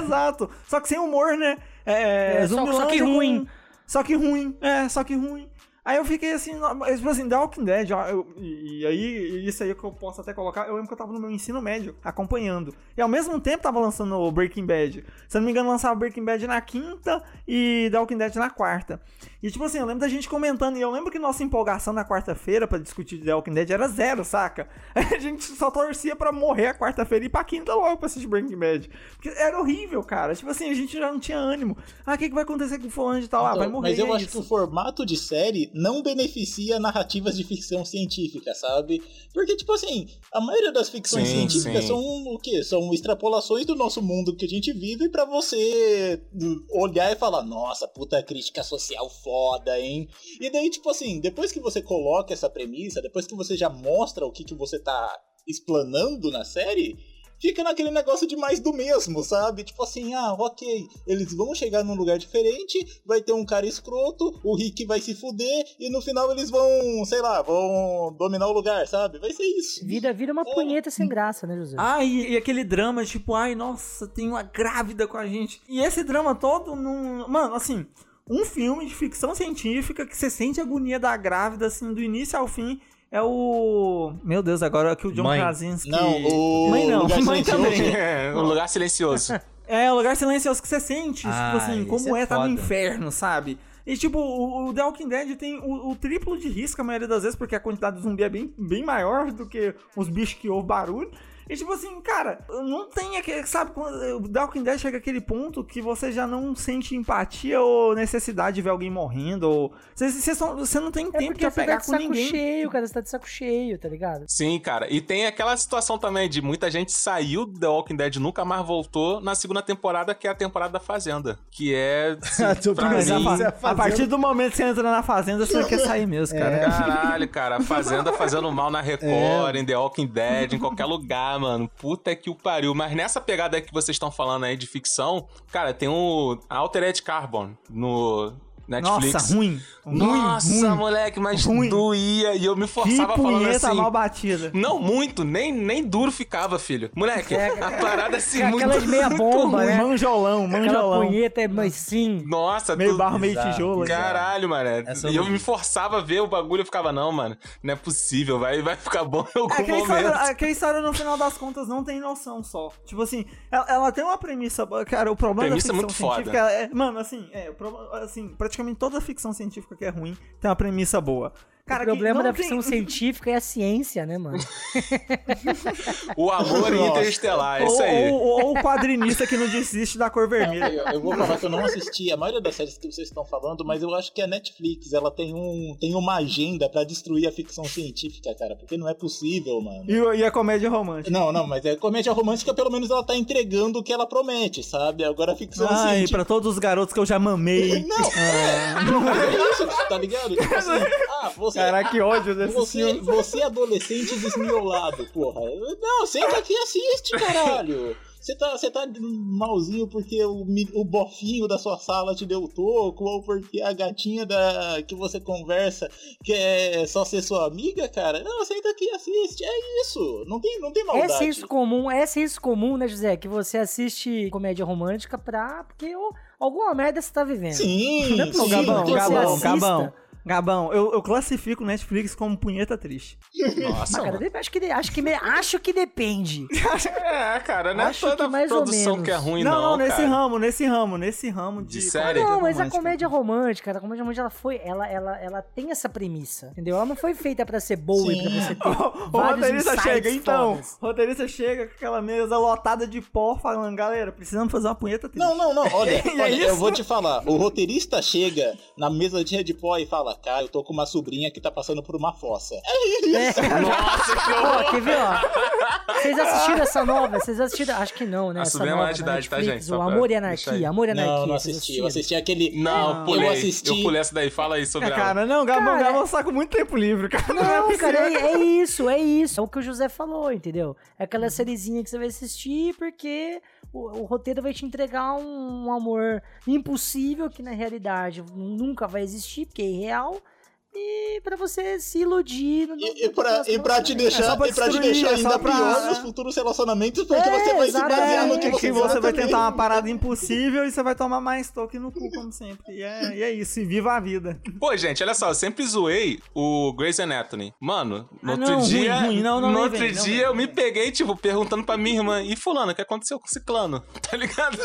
Speaker 7: exato. Só que sem humor, né? É,
Speaker 6: É, só-
Speaker 7: Zumbilândia
Speaker 6: só que
Speaker 7: com-
Speaker 6: ruim.
Speaker 7: Só que ruim, é, só que ruim. Aí eu fiquei assim, no- mas, tipo assim, The Walking Dead, ó, eu- e, e aí, isso aí que eu posso até colocar, eu lembro que eu tava no meu ensino médio, acompanhando. E ao mesmo tempo tava lançando o Breaking Bad. Se eu não me engano, lançava Breaking Bad na quinta e The Walking Dead na quarta. E tipo assim, eu lembro da gente comentando, e eu lembro que nossa empolgação na quarta-feira pra discutir The Walking Dead era zero, saca? A gente só torcia pra morrer a quarta-feira e ir pra quinta logo pra assistir Breaking Bad. Porque era horrível, cara. Tipo assim, a gente já não tinha ânimo. Ah, o que, que vai acontecer com o fulano de tal? Ah, vai
Speaker 8: Então,
Speaker 7: morrer.
Speaker 8: mas
Speaker 7: e
Speaker 8: eu
Speaker 7: é
Speaker 8: acho que
Speaker 7: isso.
Speaker 8: o formato de série não beneficia narrativas de ficção científica, sabe? Porque, tipo assim, a maioria das ficções
Speaker 4: Sim,
Speaker 8: científicas
Speaker 4: sim.
Speaker 8: são o quê? São extrapolações do nosso mundo que a gente vive pra você hum, olhar e falar, nossa, puta crítica social foda, hein? E daí, tipo assim, depois que você coloca essa premissa, depois que você já mostra o que, que você tá explanando na série, fica naquele negócio de mais do mesmo, sabe? Tipo assim, ah, ok, eles vão chegar num lugar diferente, vai ter um cara escroto, o Rick vai se fuder, e no final eles vão, sei lá, vão dominar o lugar, sabe? Vai ser isso.
Speaker 6: Vira, vira uma punheta
Speaker 4: hum.
Speaker 6: sem graça, né, José?
Speaker 7: Ah, e, e aquele drama, tipo, ai, nossa, tem uma grávida com a gente. E esse drama todo num. Mano, assim, um filme de ficção científica que você sente a agonia da grávida, assim, do início ao fim. É o. Meu Deus, agora é que o John
Speaker 1: Mãe.
Speaker 7: Krasinski.
Speaker 8: Não, o
Speaker 7: Mãe não,
Speaker 8: Lugar
Speaker 7: mãe
Speaker 8: Silencioso.
Speaker 7: também.
Speaker 4: É, um lugar silencioso.
Speaker 7: É, o lugar silencioso que você sente,
Speaker 1: Ah,
Speaker 7: tipo assim,
Speaker 1: isso
Speaker 7: como é,
Speaker 1: é
Speaker 7: tá no
Speaker 1: foda.
Speaker 7: inferno, sabe? E tipo, o, o The Walking Dead tem o, o triplo de risco a maioria das vezes, porque a quantidade de zumbi é bem, bem maior do que os bichos que ouvem barulho. E tipo assim, cara, não tem aquele, sabe, quando- eh, o The Walking Dead chega àquele ponto que você já não sente empatia ou necessidade de ver alguém morrendo, ou... Você, você, só- você não tem
Speaker 6: É
Speaker 7: tempo
Speaker 6: porque
Speaker 7: de
Speaker 6: você tá
Speaker 7: pegar
Speaker 6: de
Speaker 7: com
Speaker 6: saco
Speaker 7: ninguém.
Speaker 6: cheio, cara. Você tá de saco cheio, tá ligado?
Speaker 4: Sim, cara. E tem aquela situação também de muita gente saiu do The Walking Dead nunca mais voltou na segunda temporada, que é a temporada da Fazenda. Que é. assim,
Speaker 1: Tô
Speaker 6: né?
Speaker 4: pra
Speaker 7: Mas a,
Speaker 1: pensando
Speaker 4: mim,
Speaker 7: fa-
Speaker 1: Você é
Speaker 7: a partir do momento que você entra na fazenda, você quer sair mesmo, cara.
Speaker 4: Caralho, cara. Fazenda fazendo mal na Record, em The Walking Dead, em qualquer lugar, mano. Puta que o pariu. Mas nessa pegada aí que vocês estão falando aí de ficção, cara, tem o a Altered Carbon no É. Netflix.
Speaker 7: Nossa, ruim. Ruim,
Speaker 4: Nossa,
Speaker 7: ruim.
Speaker 4: moleque, mas
Speaker 7: Ruim.
Speaker 4: doía. E eu me
Speaker 7: Que
Speaker 4: forçava falando
Speaker 7: punheta
Speaker 4: assim.
Speaker 7: mal batida.
Speaker 4: Não muito, nem, nem duro ficava, filho. Moleque,
Speaker 7: É,
Speaker 4: a parada assim, muito.
Speaker 6: aquelas meia
Speaker 4: muito
Speaker 6: bomba,
Speaker 4: ruim.
Speaker 6: né?
Speaker 7: Manjolão,
Speaker 6: Aquela
Speaker 7: manjolão.
Speaker 6: punheta é mais sim.
Speaker 4: Nossa,
Speaker 7: Meio
Speaker 4: tu-
Speaker 7: barro, meio
Speaker 1: Bizarro,
Speaker 7: tijolo. né? assim.
Speaker 4: Caralho, mano.
Speaker 1: Essa eu
Speaker 4: E eu
Speaker 1: não
Speaker 4: me forçava a ver o bagulho, eu ficava, não, mano, não é possível, vai, vai ficar bom em algum
Speaker 7: É que a história,
Speaker 4: momento.
Speaker 7: é que a história, no final das contas, não tem noção só. Tipo assim, ela, ela tem uma premissa. boa. Cara, o problema
Speaker 4: Premissa
Speaker 7: da ficção
Speaker 4: muito foda.
Speaker 7: científica. ela É, mano, assim, é, o pro- assim, praticamente toda ficção científica que é ruim tem uma premissa boa. Cara,
Speaker 6: o
Speaker 7: que
Speaker 6: problema
Speaker 7: não
Speaker 6: da
Speaker 7: tem- um
Speaker 6: ficção científica é a ciência, né, mano?
Speaker 4: O amor interestelar, é isso
Speaker 7: Ou,
Speaker 4: aí.
Speaker 7: ou- ou o quadrinista que não desiste da cor vermelha.
Speaker 8: É, Eu, eu vou provar que eu não assisti a maioria das séries que vocês estão falando, mas eu acho que a Netflix ela tem, um, tem uma agenda pra destruir a ficção científica, cara, porque não é possível, mano.
Speaker 7: E, o- e a comédia romântica.
Speaker 8: Não, não, mas é comédia romântica, pelo menos ela tá entregando o que ela promete, sabe? Agora a ficção
Speaker 7: Ai,
Speaker 8: científica.
Speaker 7: Ah, pra todos os garotos que eu já mamei.
Speaker 8: Não, é isso, tá ligado? Tipo assim, ah, você.
Speaker 7: Caraca, que ódio desse
Speaker 8: Você,
Speaker 7: filme.
Speaker 8: você adolescente desmiolado, porra. Não, senta aqui e assiste, caralho. Você tá, você tá malzinho porque o, mi- o bofinho da sua sala te deu o toco, ou porque a gatinha da, que você conversa quer só ser sua amiga, cara? Não, senta aqui e assiste. É isso. Não tem, não tem
Speaker 6: É
Speaker 8: maldade.
Speaker 6: senso comum, é senso comum, né, José? Que você assiste comédia romântica pra. Porque eu- alguma merda você tá vivendo.
Speaker 8: Sim,
Speaker 6: Não é
Speaker 8: sim,
Speaker 6: possível
Speaker 7: Gabão,
Speaker 8: não tem
Speaker 6: você
Speaker 7: Gabão,
Speaker 8: como.
Speaker 6: assista.
Speaker 7: Gabão. Gabão, eu, eu classifico Netflix como punheta triste.
Speaker 4: Nossa,
Speaker 6: Ah, cara,
Speaker 4: mano.
Speaker 6: de- acho que, de- acho, que me- acho que depende.
Speaker 4: É, cara, não é
Speaker 6: Acho que
Speaker 4: toda
Speaker 6: mais ou
Speaker 4: produção
Speaker 6: menos.
Speaker 4: que é ruim,
Speaker 7: não,
Speaker 4: não.
Speaker 7: não, nesse
Speaker 4: cara.
Speaker 7: ramo, nesse ramo, nesse ramo de.
Speaker 4: De série?
Speaker 7: comédia
Speaker 6: Não, mas a
Speaker 7: romântica.
Speaker 6: comédia romântica, a comédia romântica, ela foi. Ela, ela, ela tem essa premissa. Entendeu? Ela não foi feita pra ser boa e pra
Speaker 8: Sim.
Speaker 6: você ter.
Speaker 7: O
Speaker 6: vários
Speaker 7: roteirista
Speaker 6: insights
Speaker 7: chega, então.
Speaker 6: fodas.
Speaker 7: O roteirista chega com aquela mesa lotada de pó, falando, galera, precisamos fazer uma punheta triste.
Speaker 8: Não, não, não. Olha,
Speaker 7: É
Speaker 8: olha,
Speaker 7: isso?
Speaker 8: eu vou te falar. O roteirista chega na mesa de Red Pó e fala: Cara, eu tô com uma sobrinha que tá passando por uma fossa.
Speaker 4: Nossa, que horror.
Speaker 6: Ó, quer ver, ó? Vocês assistiram essa nova? Vocês assistiram? Acho que não, né?
Speaker 4: A
Speaker 6: Essa
Speaker 4: sobrinha é
Speaker 6: nova
Speaker 4: maior de
Speaker 6: da
Speaker 4: idade, tá,
Speaker 6: Netflix,
Speaker 4: gente? Só
Speaker 6: O
Speaker 4: pra
Speaker 6: Amor e
Speaker 4: deixar aí.
Speaker 6: Anarquia, Amor e Anarquia.
Speaker 8: Não, não
Speaker 6: vocês
Speaker 8: assisti.
Speaker 6: assistiram?
Speaker 8: Eu assisti aquele.
Speaker 4: Não,
Speaker 8: eu
Speaker 4: pulei.
Speaker 8: assisti.
Speaker 4: Eu pulei essa daí, fala aí sobre
Speaker 7: É,
Speaker 4: ela.
Speaker 7: cara, não, Gabão,
Speaker 6: Cara,
Speaker 7: Gabão saca muito tempo livre, cara. Não, é
Speaker 6: Não,
Speaker 7: possível.
Speaker 6: cara, é, é isso, é isso. É o que o José falou, entendeu? É
Speaker 8: Uhum.
Speaker 6: aquela sériezinha que você vai assistir porque o, o roteiro vai te entregar um, amor impossível que na realidade nunca vai existir, porque é irreal. E pra você se iludir. No,
Speaker 8: E, e
Speaker 6: no
Speaker 8: pra,
Speaker 6: próximo
Speaker 8: e pra te deixar,
Speaker 7: só pra
Speaker 8: e pra te
Speaker 7: destruir,
Speaker 8: deixar
Speaker 7: é
Speaker 8: ainda
Speaker 7: só pra-
Speaker 8: pior nos futuros relacionamentos, porque
Speaker 6: É,
Speaker 8: você vai se
Speaker 6: exatamente.
Speaker 8: basear
Speaker 7: É,
Speaker 8: no que
Speaker 7: que
Speaker 8: você,
Speaker 7: você,
Speaker 8: gosta
Speaker 7: vai
Speaker 8: também.
Speaker 7: tentar uma parada impossível e você vai tomar mais toque no cu, como sempre. E é, e é isso, e viva a vida.
Speaker 4: Pô, gente, olha só, eu sempre zoei o Grey's Anatomy. Mano, no
Speaker 7: Ah,
Speaker 4: outro
Speaker 7: não, ruim,
Speaker 4: dia.
Speaker 7: ruim. Não, não,
Speaker 4: no
Speaker 7: nem
Speaker 4: outro
Speaker 7: vem, não
Speaker 4: dia
Speaker 7: vem,
Speaker 4: eu
Speaker 7: não
Speaker 4: me
Speaker 7: vem.
Speaker 4: peguei, tipo, perguntando pra minha irmã, e fulano, o que aconteceu com o ciclano? Tá ligado?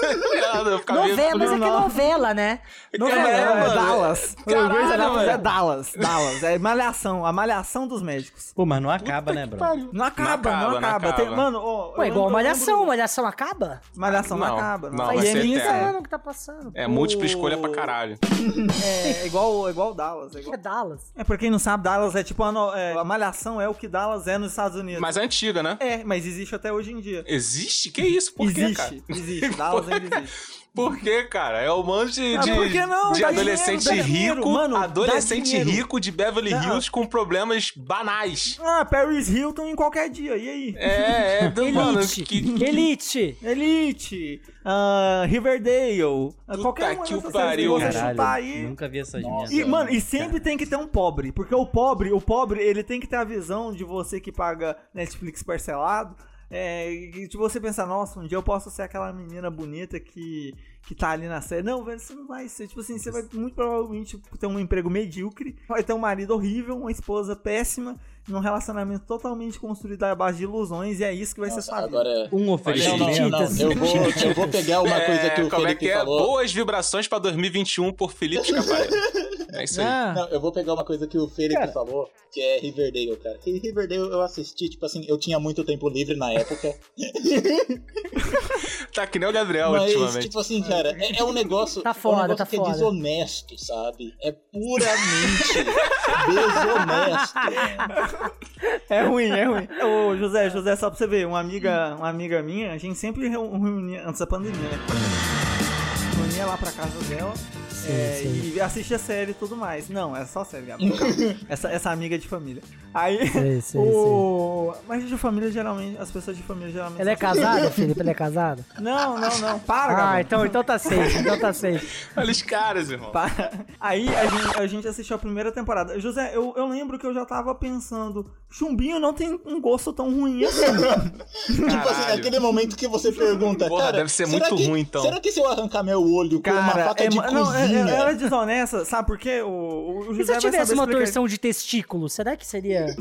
Speaker 4: eu ficava vendo
Speaker 6: Novela,
Speaker 4: tudo.
Speaker 6: mas é que é
Speaker 7: Não.
Speaker 6: novela, né?
Speaker 4: É, mano.
Speaker 7: Dallas.
Speaker 4: Caralho,
Speaker 7: o Grey's Anatomy é
Speaker 4: mano.
Speaker 7: Dallas. Dallas. É malhação, a malhação dos médicos.
Speaker 1: Pô, mas não acaba, né, bro?
Speaker 7: Não acaba, não acaba.
Speaker 4: acaba, não
Speaker 7: Tem-
Speaker 4: acaba.
Speaker 7: mano, ó.
Speaker 6: Ué,
Speaker 7: eu
Speaker 6: é igual
Speaker 7: lembro-
Speaker 6: Malhação, Malhação acaba?
Speaker 7: Malhação não,
Speaker 4: Não,
Speaker 7: acaba.
Speaker 4: não,
Speaker 7: acaba.
Speaker 4: vai
Speaker 7: E
Speaker 4: ser
Speaker 7: é
Speaker 6: Esse
Speaker 4: eterno.
Speaker 7: minha-
Speaker 6: ano que tá passando.
Speaker 4: É múltipla
Speaker 7: O-
Speaker 4: escolha pra caralho.
Speaker 7: É igual, é igual Dallas. É, igual...
Speaker 6: É Dallas.
Speaker 7: é pra quem não sabe, Dallas é tipo a, no- é, a malhação é o que Dallas é nos Estados Unidos.
Speaker 4: Mas é antiga, né?
Speaker 7: É, mas existe até hoje em dia.
Speaker 4: Existe? Que isso? Por quê,
Speaker 7: existe,
Speaker 4: cara?
Speaker 7: existe. Dallas ainda existe.
Speaker 4: Por quê, cara? É um monte de,
Speaker 7: Ah,
Speaker 4: de-
Speaker 7: por que não?
Speaker 4: de
Speaker 7: Dá
Speaker 4: adolescente
Speaker 7: dinheiro, dá dinheiro.
Speaker 4: rico,
Speaker 7: Mano, dá
Speaker 4: adolescente
Speaker 7: dinheiro.
Speaker 4: rico de Beverly
Speaker 7: Não.
Speaker 4: Hills com problemas banais.
Speaker 7: Ah, Paris Hilton em qualquer dia, e aí?
Speaker 4: É, é, do, mano,
Speaker 6: Elite.
Speaker 4: que,
Speaker 6: Elite.
Speaker 7: Elite, ah, Riverdale, ah,
Speaker 4: Puta
Speaker 7: qualquer uma
Speaker 4: que o
Speaker 7: dessas séries
Speaker 4: pariu.
Speaker 7: você
Speaker 1: Caralho,
Speaker 7: chutar aí.
Speaker 1: nunca vi essas
Speaker 8: Nossa.
Speaker 1: merdas.
Speaker 7: E, mano, e sempre tem que ter um pobre, porque o pobre, o pobre, ele tem que ter a visão de você que paga Netflix parcelado, é, e de você pensar, nossa, um dia eu posso ser aquela menina bonita que, que tá ali na série. Não, velho, você não vai ser. Tipo assim, você vai muito provavelmente ter um emprego medíocre, vai ter um marido horrível, uma esposa péssima, num relacionamento totalmente construído à base de ilusões, e é isso que vai ser
Speaker 8: Nossa,
Speaker 7: sua vida.
Speaker 8: agora.
Speaker 1: Um
Speaker 8: Não, não, não,
Speaker 1: oferecimento. assim.
Speaker 8: não. Eu vou, eu vou pegar uma coisa que
Speaker 4: É,
Speaker 8: o
Speaker 4: como é
Speaker 8: Felipe
Speaker 4: que é?
Speaker 8: falou.
Speaker 4: Boas vibrações pra 2021 por Felipe Scaparelli. É isso aí.
Speaker 5: Ah.
Speaker 8: Não, eu vou pegar uma coisa que o Felipe falou, que é Riverdale, cara. E Riverdale eu assisti, tipo assim, eu tinha muito tempo livre na época.
Speaker 4: Tá que nem o Gabriel
Speaker 8: mas,
Speaker 4: ultimamente.
Speaker 8: tipo assim, cara, é, é um negócio,
Speaker 6: Tá
Speaker 8: é um
Speaker 6: foda,
Speaker 8: negócio
Speaker 6: tá
Speaker 8: que
Speaker 6: foda.
Speaker 8: é desonesto, sabe? É puramente desonesto.
Speaker 7: É ruim, é ruim. Ô, José, José, só pra você ver, uma amiga, uma amiga minha, um a gente sempre reu- reunia antes da pandemia, né? Reunia lá pra casa dela.
Speaker 6: sim,
Speaker 7: é,
Speaker 6: sim.
Speaker 7: e assiste a série e tudo mais. Não, é só série, Gabriel. essa, essa amiga é de família. Aí,
Speaker 6: Sei, sei,
Speaker 7: o... Mas de família, geralmente, as pessoas de família geralmente... assim.
Speaker 6: Ela é casada, Felipe? Ela é casada?
Speaker 7: Não, não, não. Para,
Speaker 6: Ah,
Speaker 7: Gabriel.
Speaker 6: então, então tá safe, então tá safe.
Speaker 4: Olha os caras, irmão.
Speaker 7: Pá. Aí a gente, a gente assistiu a primeira temporada. José, eu, eu lembro que eu já tava pensando, chumbinho não tem um gosto tão ruim assim.
Speaker 4: Caralho.
Speaker 8: Tipo assim, naquele momento que você pergunta,
Speaker 4: Porra,
Speaker 8: cara,
Speaker 4: deve ser
Speaker 8: será
Speaker 4: muito
Speaker 8: que-
Speaker 4: ruim, então.
Speaker 8: Será que se eu arrancar meu olho com uma faca
Speaker 7: é
Speaker 8: de
Speaker 7: ma-
Speaker 8: cozinha...
Speaker 7: não, é- é- ela é desonesta, sabe por quê? O, o- o José
Speaker 6: E se eu
Speaker 7: vai
Speaker 6: tivesse
Speaker 7: saber
Speaker 6: uma
Speaker 7: explicar
Speaker 6: torção de testículo, será que seria.
Speaker 7: isso.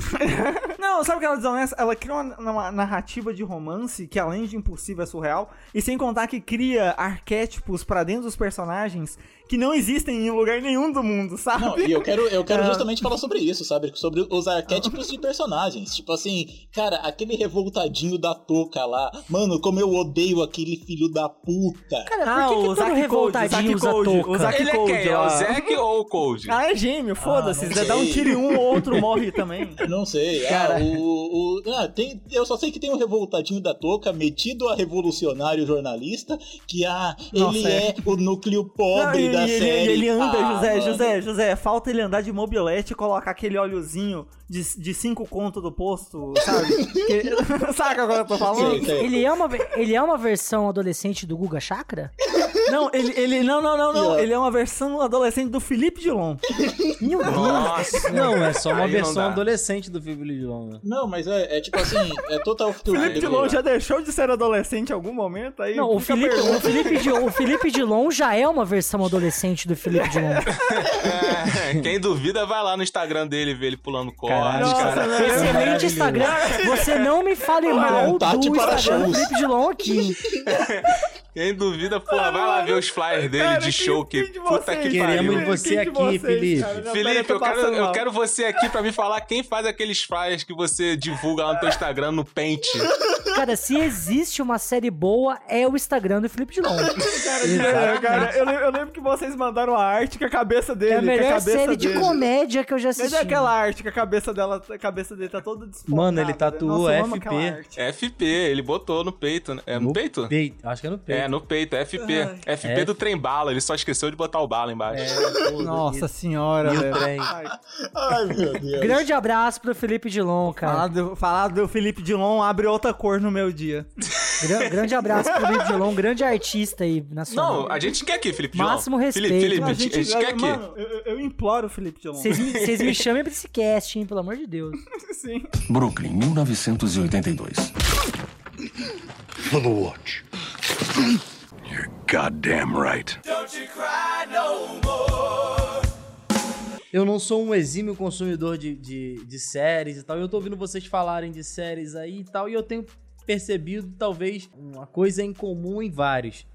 Speaker 7: Não, sabe por que ela é desonesta? Ela cria uma, uma narrativa de romance que, além de impossível, é surreal. E sem contar que cria arquétipos pra dentro dos personagens que não existem em lugar nenhum do mundo, sabe?
Speaker 8: Não, e eu quero, eu
Speaker 7: Ah.
Speaker 8: quero justamente falar sobre isso, sabe? Sobre os arquétipos de personagens. Tipo assim, cara, aquele revoltadinho da touca lá. Mano, como eu odeio aquele filho da puta.
Speaker 6: Cara,
Speaker 7: Ah,
Speaker 6: por que,
Speaker 7: o
Speaker 6: que todo
Speaker 7: Zack Code,
Speaker 6: revoltadinho
Speaker 7: o
Speaker 6: usa
Speaker 7: Zack Code, o
Speaker 6: touca?
Speaker 7: Zack-
Speaker 4: Ele é
Speaker 7: Code
Speaker 4: quem? É o
Speaker 7: lá.
Speaker 4: Zack ou o Cold?
Speaker 7: Ah, é gêmeo, foda-se.
Speaker 8: não
Speaker 7: Se dá um
Speaker 8: sei.
Speaker 7: tiro em um, outro morre também.
Speaker 8: Eu Não sei,
Speaker 7: Cara.
Speaker 8: ah, o, o- ah, tem, eu só sei que tem o revoltadinho da touca metido a revolucionário jornalista, que ah,
Speaker 7: Nossa,
Speaker 8: ele
Speaker 7: é.
Speaker 8: é. o núcleo
Speaker 7: Não,
Speaker 8: pobre
Speaker 7: e-
Speaker 8: da
Speaker 7: e ele,
Speaker 8: série.
Speaker 7: ele anda,
Speaker 8: Ah,
Speaker 7: José,
Speaker 8: mano.
Speaker 7: José, José, falta ele andar de mobilete e colocar aquele óleozinho de, de cinco conto do posto, sabe? Que- Saca agora eu tô falando?
Speaker 8: Sei, sei.
Speaker 6: Ele é, uma, ele é uma versão adolescente do Guga Chakra?
Speaker 7: Não, ele, ele, não, não, não, não,
Speaker 8: Yeah.
Speaker 7: ele é uma versão adolescente do Felipe Dilon.
Speaker 6: Meu Deus!
Speaker 4: Nossa.
Speaker 1: Não, é só uma
Speaker 4: Aí não
Speaker 1: versão
Speaker 4: dá.
Speaker 1: adolescente do Fibrilho de né? Longa.
Speaker 8: Não, mas é, é tipo assim, é total futuro.
Speaker 7: Felipe Dilon já deixou de ser adolescente em algum momento? Aí
Speaker 6: Não, o
Speaker 7: fica
Speaker 6: Felipe, é um
Speaker 7: perguntando.
Speaker 6: o, Felipe Dilon, o Felipe Dilon já é uma versão adolescente do Felipe Dilon.
Speaker 4: É, quem duvida, vai lá no Instagram dele ver ele pulando corda.
Speaker 1: Caralho,
Speaker 4: cara.
Speaker 7: Nossa, né?
Speaker 6: Excelente
Speaker 1: Maravilhoso.
Speaker 6: Instagram. Você não me fale
Speaker 8: Olha,
Speaker 6: mal
Speaker 8: um
Speaker 7: é
Speaker 6: do
Speaker 8: Tati para
Speaker 6: Instagram do
Speaker 8: shows.
Speaker 6: Felipe Dilon aqui.
Speaker 4: Quem duvida, pô, vai lá ver os flyers dele
Speaker 7: Cara,
Speaker 4: de show que,
Speaker 7: quem de
Speaker 4: puta
Speaker 7: vocês,
Speaker 4: que pariu.
Speaker 7: cara?
Speaker 1: Queremos
Speaker 7: Quem
Speaker 1: você
Speaker 7: de
Speaker 1: aqui,
Speaker 7: vocês,
Speaker 1: Felipe.
Speaker 7: cara? Não, pera,
Speaker 4: Felipe,
Speaker 7: tô
Speaker 4: eu quero,
Speaker 7: passando
Speaker 4: eu
Speaker 7: mal.
Speaker 4: quero você aqui pra me falar quem faz aqueles flyers que você divulga lá no teu Instagram, no Paint.
Speaker 6: Cara, se existe uma série boa, é o Instagram do Felipe É Dilon.
Speaker 7: Cara, José, cara, eu, lembro, eu lembro que vocês mandaram a arte com a cabeça dele.
Speaker 6: É a
Speaker 7: com a
Speaker 6: melhor
Speaker 7: cabeça
Speaker 6: série de
Speaker 7: dele.
Speaker 6: comédia que eu já assisti.
Speaker 7: Mas é aquela arte que a cabeça dela, a cabeça dele tá toda desfocada.
Speaker 1: Mano, ele
Speaker 7: né?
Speaker 1: tatuou
Speaker 7: Nossa, eu amo
Speaker 1: FP.
Speaker 7: aquela arte.
Speaker 4: FP, ele botou no peito, né? É no, peito?
Speaker 1: Peito. Acho que é no peito.
Speaker 4: É, no peito, é FP. FP do trem bala, ele só esqueceu de botar o bala embaixo.
Speaker 7: É Nossa senhora,
Speaker 1: E o
Speaker 7: velho.
Speaker 1: trem.
Speaker 7: Ai,
Speaker 8: Ai, meu Deus.
Speaker 6: Grande abraço pro Felipe Dilon,
Speaker 7: Falar
Speaker 6: cara.
Speaker 7: do, falar do Felipe Dilon abre outra cor no meu dia.
Speaker 6: Gran- grande abraço pro Felipe Dilon, grande artista aí nacional.
Speaker 4: Não, a gente quer aqui, Felipe. João.
Speaker 6: Máximo respeito.
Speaker 4: Felipe, Felipe,
Speaker 7: Não,
Speaker 4: a gente, quer aqui.
Speaker 7: mano, eu, eu imploro o Felipe Dilon.
Speaker 6: Vocês me, vocês me chamem pra esse cast, hein, pelo amor de Deus.
Speaker 7: Sim.
Speaker 12: Brooklyn, 1982. Follow watch. You're goddamn right.
Speaker 1: Eu não sou um exímio consumidor de, de, de séries e tal. Eu tô ouvindo vocês falarem de séries aí e tal. E eu tenho percebido, talvez, uma coisa em comum em vários.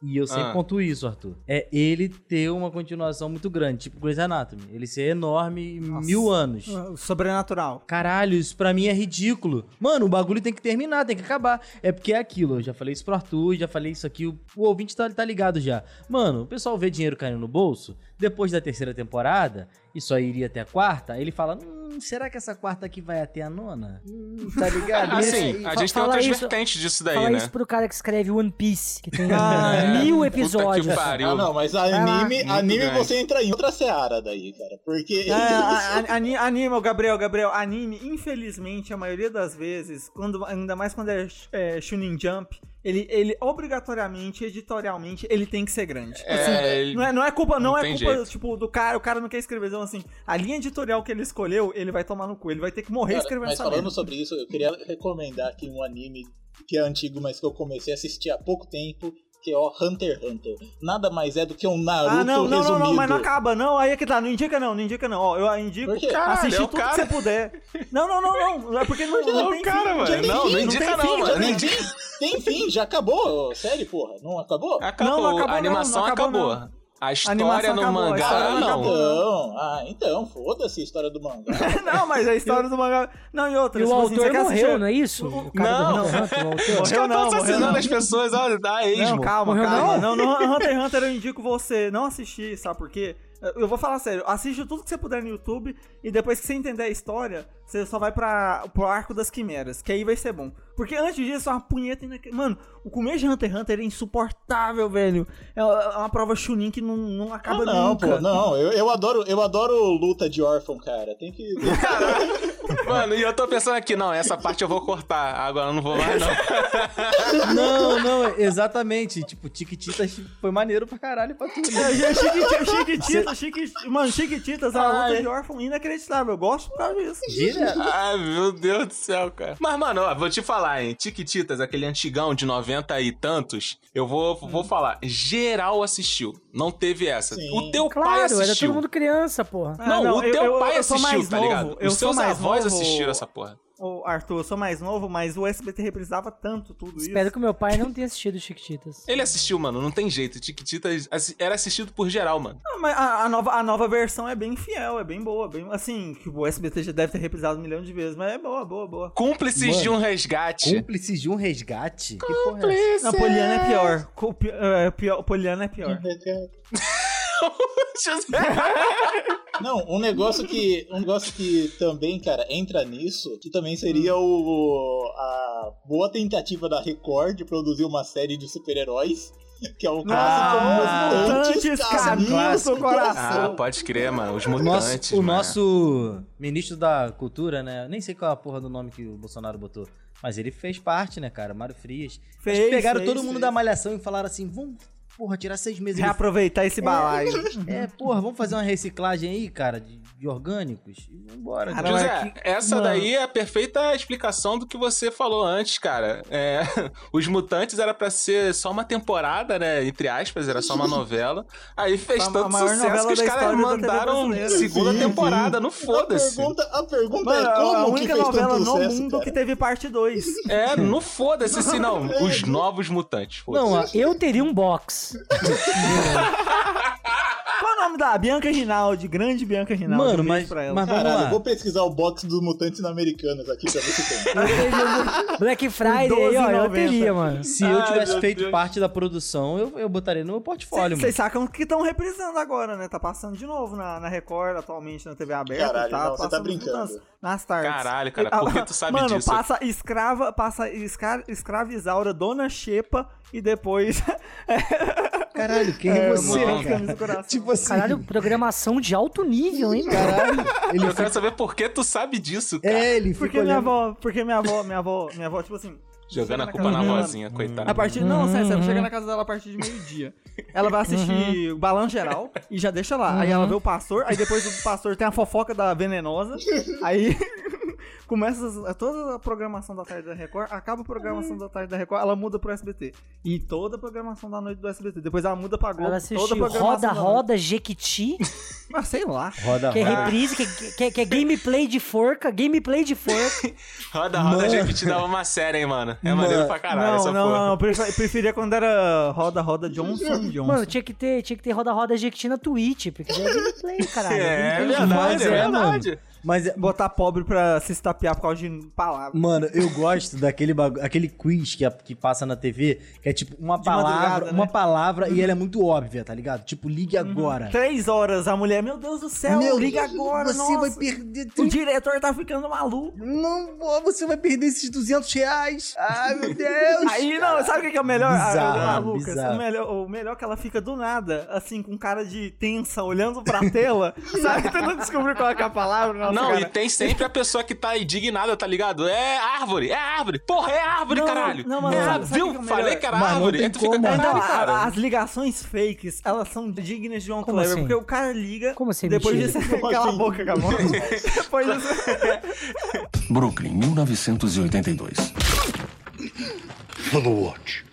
Speaker 1: E eu sempre
Speaker 4: Ah.
Speaker 1: conto isso, Arthur. É ele ter uma continuação muito grande, tipo Grey's Anatomy. Ele ser enorme em mil anos.
Speaker 7: Ah, O Sobrenatural.
Speaker 1: Caralho, isso pra mim é ridículo. Mano, o bagulho tem que terminar, tem que acabar. É porque é aquilo, eu já falei isso pro Arthur, já falei isso aqui, o, o ouvinte tá, tá ligado já. Mano, o pessoal vê dinheiro caindo no bolso, depois da terceira temporada, e só iria até a quarta, ele fala, hum, será que essa quarta aqui vai até a nona? Hum, tá ligado? E
Speaker 4: Assim, a
Speaker 6: fa-
Speaker 4: gente tem
Speaker 6: fala
Speaker 4: outras
Speaker 6: isso-
Speaker 4: vertentes disso daí,
Speaker 6: Fala
Speaker 4: né? é.
Speaker 6: isso pro cara que escreve One Piece, que tem
Speaker 7: Ah,
Speaker 6: mil
Speaker 4: Puta que
Speaker 6: episódios.
Speaker 4: pariu.
Speaker 8: Ah, não, mas
Speaker 6: lá,
Speaker 8: anime,
Speaker 4: muito
Speaker 8: anime
Speaker 4: grande.
Speaker 8: você entra em outra seara daí, cara. Porque.
Speaker 7: É, a- a- ani- anime, ô, Gabriel, Gabriel, anime, infelizmente, a maioria das vezes, quando, ainda mais quando é, sh- é Shunin Jump, ele, ele obrigatoriamente, editorialmente, ele tem que ser grande.
Speaker 4: É, ele-
Speaker 7: não, é, não é culpa, não,
Speaker 4: não
Speaker 7: é
Speaker 4: tem
Speaker 7: culpa,
Speaker 4: jeito.
Speaker 7: tipo, do cara, o cara não quer escrever, então assim, a linha editorial que ele escolheu, ele vai tomar no cu, ele vai ter que morrer
Speaker 8: Cara,
Speaker 7: escrevendo
Speaker 8: mas
Speaker 7: essa
Speaker 8: falando
Speaker 7: merda.
Speaker 8: sobre isso, eu queria recomendar aqui um anime que é antigo, mas que eu comecei a assistir há pouco tempo, que é o Hunter x Hunter. Nada mais é do que um Naruto
Speaker 7: Ah, não, não, não,
Speaker 8: resumido.
Speaker 7: não, mas não acaba, não. Aí é que tá, não indica não, não indica não. Ó, eu indico,
Speaker 8: Por quê?
Speaker 4: Caralho,
Speaker 7: assistir
Speaker 4: é o
Speaker 7: tudo
Speaker 4: cara.
Speaker 7: que você puder. Não, não, não, não. É porque não, não,
Speaker 4: Não,
Speaker 7: tem
Speaker 4: cara,
Speaker 7: fim,
Speaker 4: mano.
Speaker 7: tem
Speaker 4: Não,
Speaker 7: fim,
Speaker 4: não
Speaker 7: tem
Speaker 4: indica
Speaker 7: fim,
Speaker 4: não, mano.
Speaker 7: tem
Speaker 4: Não
Speaker 7: fim.
Speaker 4: indica.
Speaker 8: Tem fim, já acabou. Sério, porra, não acabou?
Speaker 4: Acabou,
Speaker 7: Não, não acabou,
Speaker 4: a animação
Speaker 7: não, não acabou,
Speaker 4: acabou. A história
Speaker 7: Animação
Speaker 4: no
Speaker 7: acabou, a
Speaker 4: mangá,
Speaker 7: história não
Speaker 4: não.
Speaker 7: acabou.
Speaker 8: Então, ah, então, foda-se a história do mangá.
Speaker 7: Não, mas é a história do mangá. Não, e outra.
Speaker 6: E o
Speaker 7: tipo assim, você
Speaker 6: autor
Speaker 7: quer
Speaker 6: morreu,
Speaker 7: assistir-
Speaker 6: não é isso? O cara
Speaker 4: Não.
Speaker 6: do Hunter x Hunter, o autor.
Speaker 4: Os
Speaker 7: Morreu
Speaker 4: caras
Speaker 7: não,
Speaker 4: estão
Speaker 7: morreu
Speaker 4: assassinando
Speaker 7: não.
Speaker 4: as pessoas, olha, dá
Speaker 7: Não,
Speaker 4: esmo.
Speaker 7: calma,
Speaker 6: Morreu
Speaker 7: calma. Não, não, Hunter x Hunter eu indico você não assistir, sabe por quê? Eu vou falar sério, assiste tudo que você puder no YouTube e depois que você entender a história, você só vai pra, pro Arco das Quimeras, que aí vai ser bom. Porque antes disso, é uma punheta ainda. Mano, o começo de Hunter x Hunter é insuportável, velho. É uma prova Chunin que não, não acaba
Speaker 8: Ah, não,
Speaker 7: nunca.
Speaker 8: pô, não. Eu, eu adoro, eu adoro luta de órfão, cara. Tem que.
Speaker 4: Mano, e eu tô pensando aqui, não, essa parte eu vou cortar. Agora eu não vou mais, não.
Speaker 5: Não, não, exatamente. Tipo, Tiquititas foi maneiro pra caralho pra tudo.
Speaker 7: É, e é Chiquiti- Chiquititas, Chiqui- mano, Chiquititas, a luta de órfão inacreditável. Eu gosto por causa disso.
Speaker 4: Ai, meu Deus do céu, cara. Mas, mano, ó, vou te falar, hein. Tiquititas, aquele antigão de 90 e tantos, eu vou, vou
Speaker 7: Hum.
Speaker 4: falar. Geral assistiu. Não teve essa.
Speaker 8: Sim.
Speaker 4: O teu pai
Speaker 6: Claro, era
Speaker 4: assistiu.
Speaker 6: todo mundo criança, porra.
Speaker 7: Ah,
Speaker 4: Não, o
Speaker 7: eu-
Speaker 4: teu
Speaker 7: eu-
Speaker 4: pai
Speaker 7: eu sou
Speaker 4: assistiu,
Speaker 7: mais
Speaker 4: tá
Speaker 7: novo,
Speaker 4: ligado?
Speaker 7: eu
Speaker 4: Os
Speaker 7: sou
Speaker 4: seus
Speaker 7: mais
Speaker 4: avós
Speaker 7: novo,
Speaker 4: assistiram essa porra.
Speaker 7: Ô, Arthur, eu sou mais novo, mas o SBT reprisava tanto tudo isso.
Speaker 6: Espero que o meu pai não tenha assistido Chiquititas.
Speaker 4: Ele assistiu, mano, não tem jeito. Tiquititas assi- era assistido por geral, mano.
Speaker 7: Ah, mas a, a nova, a nova versão é bem fiel, é bem boa. Bem, assim, que o SBT já deve ter reprisado um milhão de vezes, mas é boa, boa, boa.
Speaker 4: Cúmplices de um resgate.
Speaker 5: Cúmplices de um resgate? Que porra é essa?
Speaker 4: Cúmplices.
Speaker 7: Não, Poliana é pior. Co- pi- é, pior- Poliana é
Speaker 8: Uhum.
Speaker 7: pior.
Speaker 8: Não, um negócio que. Um negócio que também, cara, entra nisso, que também seria o. a boa tentativa da Record de produzir uma série de super-heróis. Que é o
Speaker 7: Ah,
Speaker 8: clássico
Speaker 7: os
Speaker 8: Mutantes,
Speaker 7: mutantes
Speaker 8: cara.
Speaker 7: caminhos do
Speaker 4: Ah,
Speaker 7: coração.
Speaker 4: pode crer, mano. Os
Speaker 5: O
Speaker 4: mutantes.
Speaker 5: nosso, o
Speaker 4: mano.
Speaker 5: nosso ministro da cultura, né? Nem sei qual é a porra do nome que o Bolsonaro botou. Mas ele fez parte, né, cara? Mário Frias.
Speaker 7: Fez,
Speaker 5: Eles pegaram
Speaker 7: fez,
Speaker 5: todo mundo
Speaker 7: fez.
Speaker 5: da malhação e falaram assim: vamos, porra, tirar seis meses. de
Speaker 7: Reaproveitar esse balaio.
Speaker 5: É, porra, vamos fazer uma reciclagem aí, cara, de, de orgânicos. E vambora.
Speaker 7: Cara,
Speaker 4: José,
Speaker 7: Agora, que-
Speaker 4: essa
Speaker 7: mano.
Speaker 4: daí é a perfeita explicação do que você falou antes, cara. É, os Mutantes era pra ser só uma temporada, né? Entre aspas, era só uma novela. Aí fez
Speaker 7: A
Speaker 4: tanto
Speaker 7: maior
Speaker 4: sucesso
Speaker 7: novela
Speaker 4: que os
Speaker 7: da
Speaker 4: caras
Speaker 7: história da
Speaker 4: mandaram
Speaker 7: TV brasileira.
Speaker 4: segunda
Speaker 8: Sim,
Speaker 4: temporada, não
Speaker 8: A
Speaker 4: foda-se.
Speaker 8: pergunta, a pergunta
Speaker 7: Mano,
Speaker 8: é como
Speaker 7: a
Speaker 8: que
Speaker 7: única
Speaker 8: fez
Speaker 7: novela
Speaker 8: tanto
Speaker 7: no
Speaker 8: sucesso,
Speaker 7: mundo
Speaker 8: cara?
Speaker 7: que teve parte 2.
Speaker 4: É, não foda-se, assim, não. Os novos mutantes. Não,
Speaker 6: Não, eu teria um box.
Speaker 7: Qual é o nome da Bianca Rinaldi? Grande Bianca Rinaldi.
Speaker 5: Mano,
Speaker 7: um beijo
Speaker 5: mas-
Speaker 7: pra ela.
Speaker 5: mas vamos
Speaker 8: Caralho,
Speaker 5: lá.
Speaker 8: vou pesquisar o box dos mutantes americanos aqui pra ver se tem.
Speaker 6: Black Friday aí, ó, eu
Speaker 7: 12,90.
Speaker 6: teria, mano.
Speaker 5: Se eu tivesse feito parte da produção, eu, eu botaria no meu portfólio,
Speaker 7: Vocês sacam que estão reprisando agora, né? Tá passando de novo na, na Record, atualmente na TV aberta.
Speaker 8: Caralho,
Speaker 7: tá
Speaker 8: não, você tá
Speaker 7: passando
Speaker 8: brincando.
Speaker 7: nas- Nas tardes.
Speaker 4: Caralho, cara,
Speaker 7: E- ah,
Speaker 4: por que tu sabe
Speaker 7: mano,
Speaker 4: disso?
Speaker 7: passa escrava, passa escra, escravizaura, dona Xepa e depois...
Speaker 5: mano. Caralho, quem é, você,
Speaker 4: mano.
Speaker 5: cara?
Speaker 7: Camisa do coração.
Speaker 5: Tipo assim.
Speaker 6: Caralho, programação de alto nível, hein, mano?
Speaker 5: caralho, ele
Speaker 4: Eu quero saber por que tu sabe disso, cara.
Speaker 5: É, ele
Speaker 7: Porque
Speaker 5: fica
Speaker 7: minha
Speaker 5: olhando.
Speaker 7: avó, porque minha avó, minha avó, minha avó, tipo assim...
Speaker 4: Jogando
Speaker 7: chega
Speaker 4: a
Speaker 7: na
Speaker 4: culpa
Speaker 7: casa
Speaker 4: na
Speaker 7: dela-
Speaker 4: vozinha, coitado.
Speaker 7: A partir, não, sério, sério, chega na casa dela a partir de meio-dia. Ela vai assistir o Balan Geral e já deixa lá. Aí ela vê o pastor, aí depois o pastor tem a fofoca da venenosa. Aí começa as- toda a programação da tarde da Record, acaba a programação da tarde da Record, ela muda pro SBT. E toda a programação da noite do SBT. Depois ela muda pra Globo.
Speaker 6: Ela
Speaker 7: toda a
Speaker 6: assistiu
Speaker 7: programação
Speaker 6: Roda
Speaker 7: da noite.
Speaker 6: Roda Jequiti,
Speaker 7: Ah, sei lá.
Speaker 5: Roda,
Speaker 6: que é
Speaker 5: roda.
Speaker 6: reprise, que, que- que, é- que é gameplay de forca, gameplay de forca.
Speaker 4: Roda, roda, a gente dava uma série, hein, mano. É maneiro pra caralho
Speaker 7: não,
Speaker 4: essa
Speaker 7: não, não,
Speaker 4: porra.
Speaker 7: não, eu prefer- preferia quando era Roda Roda Johnson Johnson.
Speaker 6: Mano, tinha que ter, tinha que ter Roda Roda Jequiti na Twitch, porque daí é gameplay, caralho.
Speaker 4: É, é
Speaker 6: gameplay de
Speaker 4: verdade, é
Speaker 5: é,
Speaker 4: verdade.
Speaker 5: Mas, é-
Speaker 7: Botar pobre pra se estapear por causa de palavras.
Speaker 5: mano, eu gosto daquele bagu... aquele quiz que, a- que passa na TV, que é tipo uma palavra,
Speaker 7: madrugada,
Speaker 5: uma
Speaker 7: né? Uhum.
Speaker 5: palavra e ela é muito óbvia, tá ligado? Tipo, ligue agora.
Speaker 7: Três horas, a mulher, meu Deus do céu,
Speaker 5: Meu,
Speaker 7: liga é agora,
Speaker 5: Você
Speaker 7: nossa.
Speaker 5: vai perder...
Speaker 7: O diretor tá ficando maluco.
Speaker 5: Não, pô, você vai perder esses 200 reais. Ai, meu Deus.
Speaker 7: Aí, não, sabe o que que é o melhor?
Speaker 5: Bizarro,
Speaker 7: ah, Lucas,
Speaker 5: bizarro.
Speaker 7: O, melhor, o melhor é que ela fica do nada, assim, com cara de tensa, olhando pra tela, sabe? Tentando descobrir qual é que é a palavra. Nossa,
Speaker 4: Não,
Speaker 7: cara.
Speaker 4: e tem sempre a pessoa que tá indignada, tá ligado? É árvore, é árvore. Porra, é árvore,
Speaker 7: Não,
Speaker 4: caralho.
Speaker 7: não, mas
Speaker 4: é,
Speaker 7: sabe-
Speaker 4: árvore,
Speaker 7: sabe
Speaker 4: viu?
Speaker 7: o que é o melhor?
Speaker 4: Falei que era
Speaker 5: Mas não
Speaker 4: árvore. É
Speaker 5: tem
Speaker 4: Aí tu fica,
Speaker 5: como.
Speaker 7: Então,
Speaker 4: caralho,
Speaker 7: a-
Speaker 4: tipo, cara. né?
Speaker 7: as ligações fakes, elas são dignas de uma
Speaker 6: Como
Speaker 7: clever,
Speaker 6: assim?
Speaker 7: porque o cara liga,
Speaker 6: Como assim,
Speaker 7: depois
Speaker 6: mentira?
Speaker 7: disso, cala a boca, acabou. depois disso...
Speaker 12: Brooklyn, 1982.
Speaker 9: Follow watch.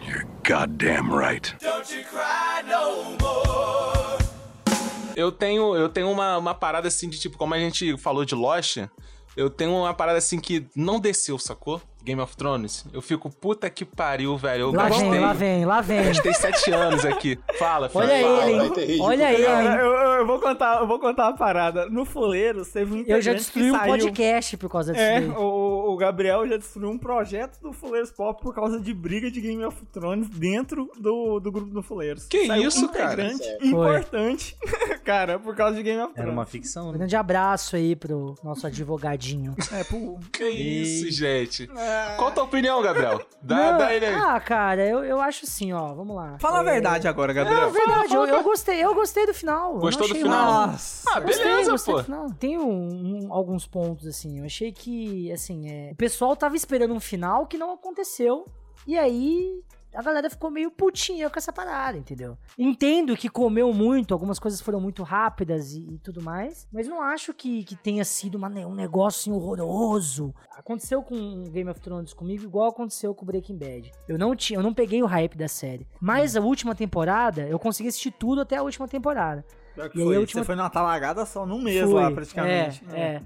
Speaker 12: You're goddamn right.
Speaker 4: Eu tenho, eu tenho uma, uma parada assim de tipo, como a gente falou de Lost, eu tenho uma parada assim que não desceu, sacou? Game of Thrones. Eu fico, puta que pariu, velho. Eu
Speaker 6: Lá
Speaker 4: gastei.
Speaker 6: vem, lá vem, lá vem.
Speaker 4: Gastei sete anos aqui. Fala, filho.
Speaker 6: Olha
Speaker 4: fala.
Speaker 6: ele,
Speaker 8: vai ter
Speaker 6: hein?
Speaker 8: rígido.
Speaker 6: Olha ele,
Speaker 7: Cara,
Speaker 6: hein?
Speaker 7: eu, eu vou contar, eu vou contar uma parada. No Fuleiros teve um
Speaker 6: Eu
Speaker 7: integrante
Speaker 6: já
Speaker 7: que
Speaker 6: destruí um
Speaker 7: saiu-
Speaker 6: podcast por causa disso.
Speaker 7: É,
Speaker 6: daí.
Speaker 7: o, o, o Gabriel já destruiu um projeto do Fuleiros Pop por causa de briga de Game of Thrones dentro do, do grupo do Fuleiros.
Speaker 4: Que
Speaker 7: Saiu um
Speaker 4: isso, cara?
Speaker 7: integrante
Speaker 8: Sério.
Speaker 7: Importante, cara, por causa de Game of
Speaker 5: Era
Speaker 7: Thrones.
Speaker 5: uma ficção,
Speaker 6: Um
Speaker 5: né?
Speaker 6: grande abraço aí pro nosso advogadinho.
Speaker 7: É, pro...
Speaker 4: Que isso, gente.
Speaker 7: É.
Speaker 4: Qual a tua opinião, Gabriel? Dá,
Speaker 6: Não,
Speaker 4: dá ele aí.
Speaker 6: ah, cara, eu, eu acho assim, ó, vamos lá.
Speaker 7: Fala a
Speaker 6: É,
Speaker 7: verdade agora,
Speaker 6: Não,
Speaker 7: Gabriel.
Speaker 6: é verdade, eu, eu gostei, eu gostei do final. eu
Speaker 4: Gostou
Speaker 6: não
Speaker 4: do
Speaker 6: achei
Speaker 4: final?
Speaker 6: ruim.
Speaker 7: Nossa.
Speaker 4: Ah,
Speaker 6: Gostei,
Speaker 4: beleza,
Speaker 6: gostei
Speaker 4: pô.
Speaker 6: do final. Tem um- um- alguns pontos, assim. Eu achei que, assim, é, o pessoal tava esperando um final que não aconteceu. E aí a galera ficou meio putinha com essa parada, entendeu? Entendo que comeu muito, algumas coisas foram muito rápidas e, e tudo mais. Mas não acho que, que tenha sido uma ne- um negócio assim, horroroso. Aconteceu com Game of Thrones comigo, igual aconteceu com Breaking Bad. Eu não, tinha, eu não peguei o hype da série. Mas a última temporada, eu consegui assistir tudo até a última temporada.
Speaker 7: Pior que
Speaker 6: E aí
Speaker 7: foi.
Speaker 6: a última-
Speaker 7: Você foi numa talagada só num mês lá,
Speaker 6: Fui.
Speaker 7: praticamente. né?
Speaker 6: É, é.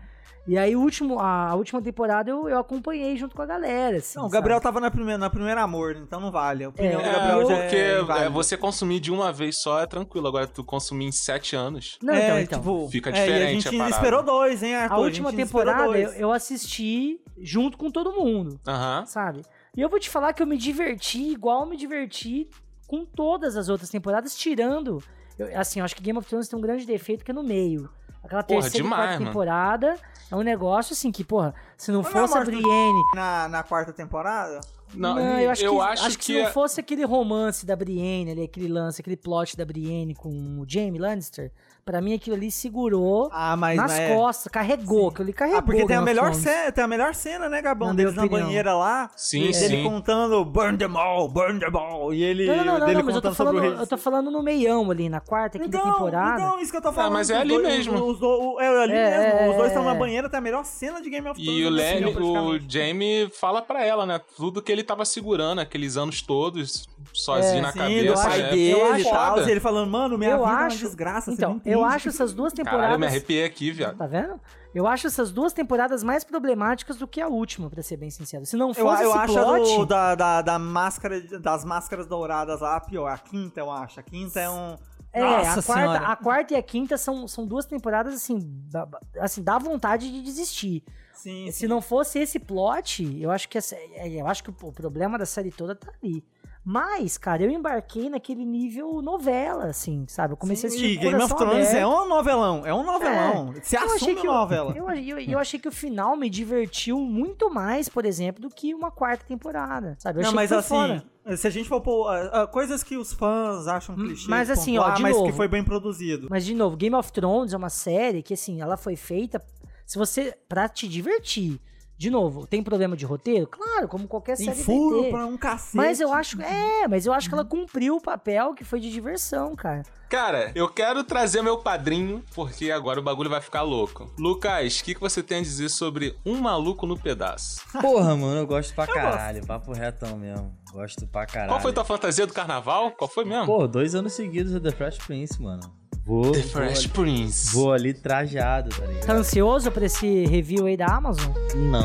Speaker 6: E aí, o último, a, a última temporada eu, eu acompanhei junto com a galera. assim,
Speaker 7: Não, o Gabriel
Speaker 6: sabe?
Speaker 7: tava na primeira, na primeira amor, então não vale. A opinião
Speaker 6: É,
Speaker 7: do Gabriel já
Speaker 4: porque
Speaker 7: é,
Speaker 4: é,
Speaker 7: inválida.
Speaker 4: você consumir de uma vez só é tranquilo. Agora, tu consumir em sete anos.
Speaker 6: Não,
Speaker 7: É,
Speaker 6: então, então.
Speaker 7: tipo,
Speaker 4: Fica
Speaker 7: é,
Speaker 4: diferente
Speaker 7: e a
Speaker 4: a
Speaker 7: gente
Speaker 4: parada.
Speaker 7: esperou dois, hein, Arthur?
Speaker 6: a última
Speaker 7: gente esperou
Speaker 6: temporada eu,
Speaker 7: dois.
Speaker 6: eu assisti junto com todo mundo,
Speaker 4: Aham.
Speaker 6: sabe? E eu vou te falar que eu me diverti igual eu me diverti com todas as outras temporadas, tirando. eu- assim, eu acho que Game of Thrones tem um grande defeito que é no meio. Aquela
Speaker 4: Porra,
Speaker 6: terceira e
Speaker 4: demais,
Speaker 6: quarta
Speaker 4: mano.
Speaker 6: temporada é um negócio assim que, porra, se não
Speaker 7: Mas não é
Speaker 6: fosse a
Speaker 7: morte do-
Speaker 6: Brienne
Speaker 7: Na, na quarta temporada?
Speaker 4: Não,
Speaker 6: Não,
Speaker 4: eu acho,
Speaker 6: eu acho, que, acho que, se
Speaker 4: é-
Speaker 6: não fosse aquele romance da Brienne ali, aquele lance, aquele plot da Brienne com o Jaime Lannister, pra mim aquilo ali segurou
Speaker 7: Ah, mas
Speaker 6: nas
Speaker 7: né,
Speaker 6: costas, é carregou, aquilo ali carregou.
Speaker 7: Ah, porque tem a,
Speaker 6: Game of
Speaker 7: melhor
Speaker 6: Thrones.
Speaker 7: cena, tem a melhor cena, né, Gabão?
Speaker 6: Na
Speaker 7: deles
Speaker 6: minha
Speaker 7: na
Speaker 6: opinião.
Speaker 7: banheira lá.
Speaker 4: Sim,
Speaker 7: e
Speaker 4: sim.
Speaker 7: Ele contando burn them all, burn them all. E ele
Speaker 6: Não, não, não, não,
Speaker 7: dele
Speaker 6: mas eu
Speaker 7: contando
Speaker 6: tô,
Speaker 7: sobre
Speaker 6: falando,
Speaker 7: o rei.
Speaker 6: eu tô falando no meião ali, na quarta, quinta
Speaker 7: Então,
Speaker 6: temporada.
Speaker 7: então, isso que eu tô falando.
Speaker 4: mas é
Speaker 7: que os
Speaker 4: ali
Speaker 7: dois-
Speaker 4: mesmo.
Speaker 7: Os, do- é ali
Speaker 6: É,
Speaker 7: mesmo. os
Speaker 6: é,
Speaker 7: dois estão
Speaker 6: é.
Speaker 7: na banheira, tem a melhor cena de Game of Thrones.
Speaker 4: E o
Speaker 7: assim,
Speaker 4: Lenny, o
Speaker 7: praticamente.
Speaker 4: Jamie fala pra ela, né? Tudo que ele tava segurando aqueles anos todos,
Speaker 6: É,
Speaker 4: sozinho na
Speaker 7: Sim,
Speaker 4: cabeça.
Speaker 7: do pai
Speaker 4: né?
Speaker 7: dele e
Speaker 4: Foda.
Speaker 7: tal. Ele falando, mano, minha
Speaker 6: eu
Speaker 7: vida é uma
Speaker 6: acho.
Speaker 7: desgraça. você não
Speaker 6: então,
Speaker 7: entende.
Speaker 6: eu acho essas duas temporadas.
Speaker 4: Caralho, eu me arrepiei aqui, viado.
Speaker 6: Tá vendo? Eu acho essas duas temporadas mais problemáticas do que a última, pra ser bem sincero. Se não
Speaker 7: Eu,
Speaker 6: fosse
Speaker 7: eu
Speaker 6: esse
Speaker 7: acho a
Speaker 6: plot,
Speaker 7: do, da, da, da máscara, das máscaras douradas lá a pior. A quinta, eu acho. A quinta é um.
Speaker 6: É,
Speaker 7: Nossa
Speaker 6: a, quarta,
Speaker 7: Senhora.
Speaker 6: a quarta e a quinta são, são duas temporadas, assim, da- ba- assim, dá vontade de desistir.
Speaker 7: Sim,
Speaker 6: Se não fosse esse plot, eu acho que, essa- é, eu acho que o problema da série toda tá ali. Mas, cara, eu embarquei naquele nível novela, assim, sabe? Eu comecei
Speaker 7: sim.
Speaker 6: a assistir.
Speaker 7: E
Speaker 6: com o
Speaker 7: Game of
Speaker 6: coração
Speaker 7: Thrones é
Speaker 6: aberto.
Speaker 7: um novelão. É um novelão. Se
Speaker 6: Eu achei
Speaker 7: assume
Speaker 6: que
Speaker 7: uma novela.
Speaker 6: Eu, eu, eu achei que o final me divertiu muito mais, por exemplo, do que uma quarta temporada, sabe? Eu
Speaker 7: Não,
Speaker 6: achei
Speaker 7: mas
Speaker 6: que foi
Speaker 7: assim,
Speaker 6: fora.
Speaker 7: se a gente for pôr ah, ah, coisas que os fãs acham
Speaker 6: Hum,
Speaker 7: clichê,
Speaker 6: mas
Speaker 7: de
Speaker 6: assim,
Speaker 7: pontuar,
Speaker 6: ó, de
Speaker 7: mas que
Speaker 6: novo.
Speaker 7: foi bem produzido.
Speaker 6: Mas, de novo, Game of Thrones é uma série que, assim, ela foi feita se você pra te divertir. De novo, tem problema de roteiro? Claro, como qualquer
Speaker 7: Tem
Speaker 6: série vai
Speaker 7: furo
Speaker 6: ter.
Speaker 7: pra Uhum. um cacete.
Speaker 6: é Mas eu acho. É, mas eu acho que ela cumpriu o papel que foi de diversão, cara.
Speaker 4: Cara, eu quero trazer meu padrinho, porque agora o bagulho vai ficar louco. Lucas, o que, que você tem a dizer sobre Um Maluco no Pedaço?
Speaker 5: Porra, mano, eu gosto pra caralho. Papo retão mesmo. Gosto pra caralho.
Speaker 4: Qual foi tua fantasia do carnaval? Qual foi mesmo?
Speaker 5: Pô, dois anos seguidos é The Fresh Prince, mano. Vou,
Speaker 4: The
Speaker 5: vou,
Speaker 4: Fresh
Speaker 5: ali,
Speaker 4: Prince.
Speaker 5: vou ali trajado, tá
Speaker 6: Tá
Speaker 5: ligado?
Speaker 6: ansioso pra esse review aí da Amazon?
Speaker 5: Não.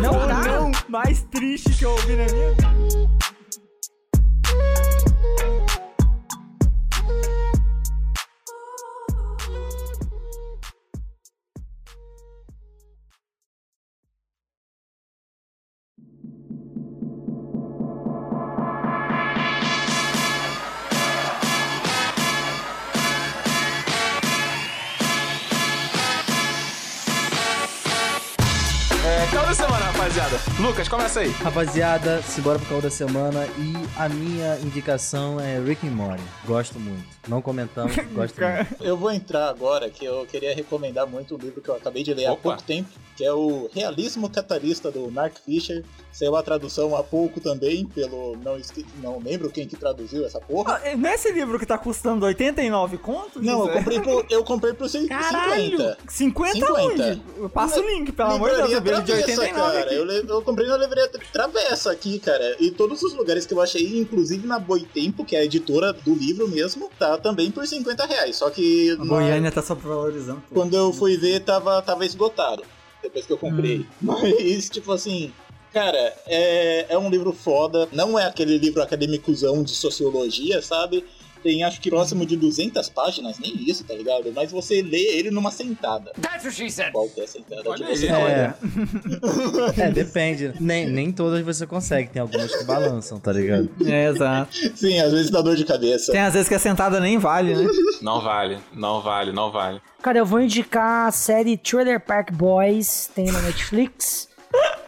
Speaker 6: Não
Speaker 13: Ah,
Speaker 7: O
Speaker 6: tá.
Speaker 7: não mais triste que eu ouvi na minha vida.
Speaker 4: É, calma da semana, rapaziada. Lucas, começa aí.
Speaker 5: Rapaziada, simbora pro caldo da semana e a minha indicação é Rick and Morty. Gosto muito. Não comentamos, gosto muito.
Speaker 8: Eu vou entrar agora, que eu queria recomendar muito o livro que eu acabei de ler há
Speaker 4: Opa.
Speaker 8: pouco tempo, que é o Realismo Catarista do Mark Fisher. Saiu a tradução há pouco também, pelo. Não, esque- não lembro quem que traduziu essa porra.
Speaker 7: Ah, é Nesse livro que tá custando 89 contos?
Speaker 8: Não, eu
Speaker 7: José?
Speaker 8: comprei por, eu comprei por cin- 50.
Speaker 7: 50,
Speaker 8: 50.
Speaker 7: onde? Eu passo o link, pelo amor de Deus.
Speaker 8: Livraria
Speaker 7: Eu vejo de
Speaker 8: Travessa,
Speaker 7: 89
Speaker 8: cara.
Speaker 7: aqui.
Speaker 8: Eu, le- eu comprei na livraria Tra- Travessa aqui, cara. E todos os lugares que eu achei, inclusive na Boitempo, que é a editora do livro mesmo, tá também por 50 reais. Só que
Speaker 7: A
Speaker 8: na-
Speaker 7: Goiânia tá sobrevalorizando. pô.
Speaker 8: quando eu fui ver, tava, tava esgotado. Depois que eu comprei. Mas, tipo assim. Cara, é, é um livro foda. Não é aquele livro acadêmicozão de sociologia, sabe? tem acho que próximo de 200 páginas, nem isso, tá ligado? Mas você lê ele numa sentada.
Speaker 13: That's what she said.
Speaker 8: Qual que é a sentada
Speaker 4: Olha
Speaker 8: de você?
Speaker 4: aí, olha.
Speaker 1: É, depende. Nem, nem todas você consegue, tem algumas que balançam, tá ligado?
Speaker 7: É, exato.
Speaker 8: Sim, às vezes dá dor de cabeça.
Speaker 7: Tem às vezes que a sentada nem vale, né?
Speaker 4: Não vale, não vale, não vale.
Speaker 6: Cara, eu vou indicar a série Trailer Park Boys, tem na Netflix.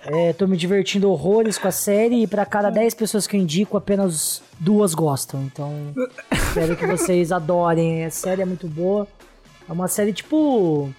Speaker 6: É, tô me divertindo horrores com a série e pra cada 10 pessoas que eu indico, apenas duas gostam. Então, espero que vocês adorem. A série é muito boa. É uma série tipo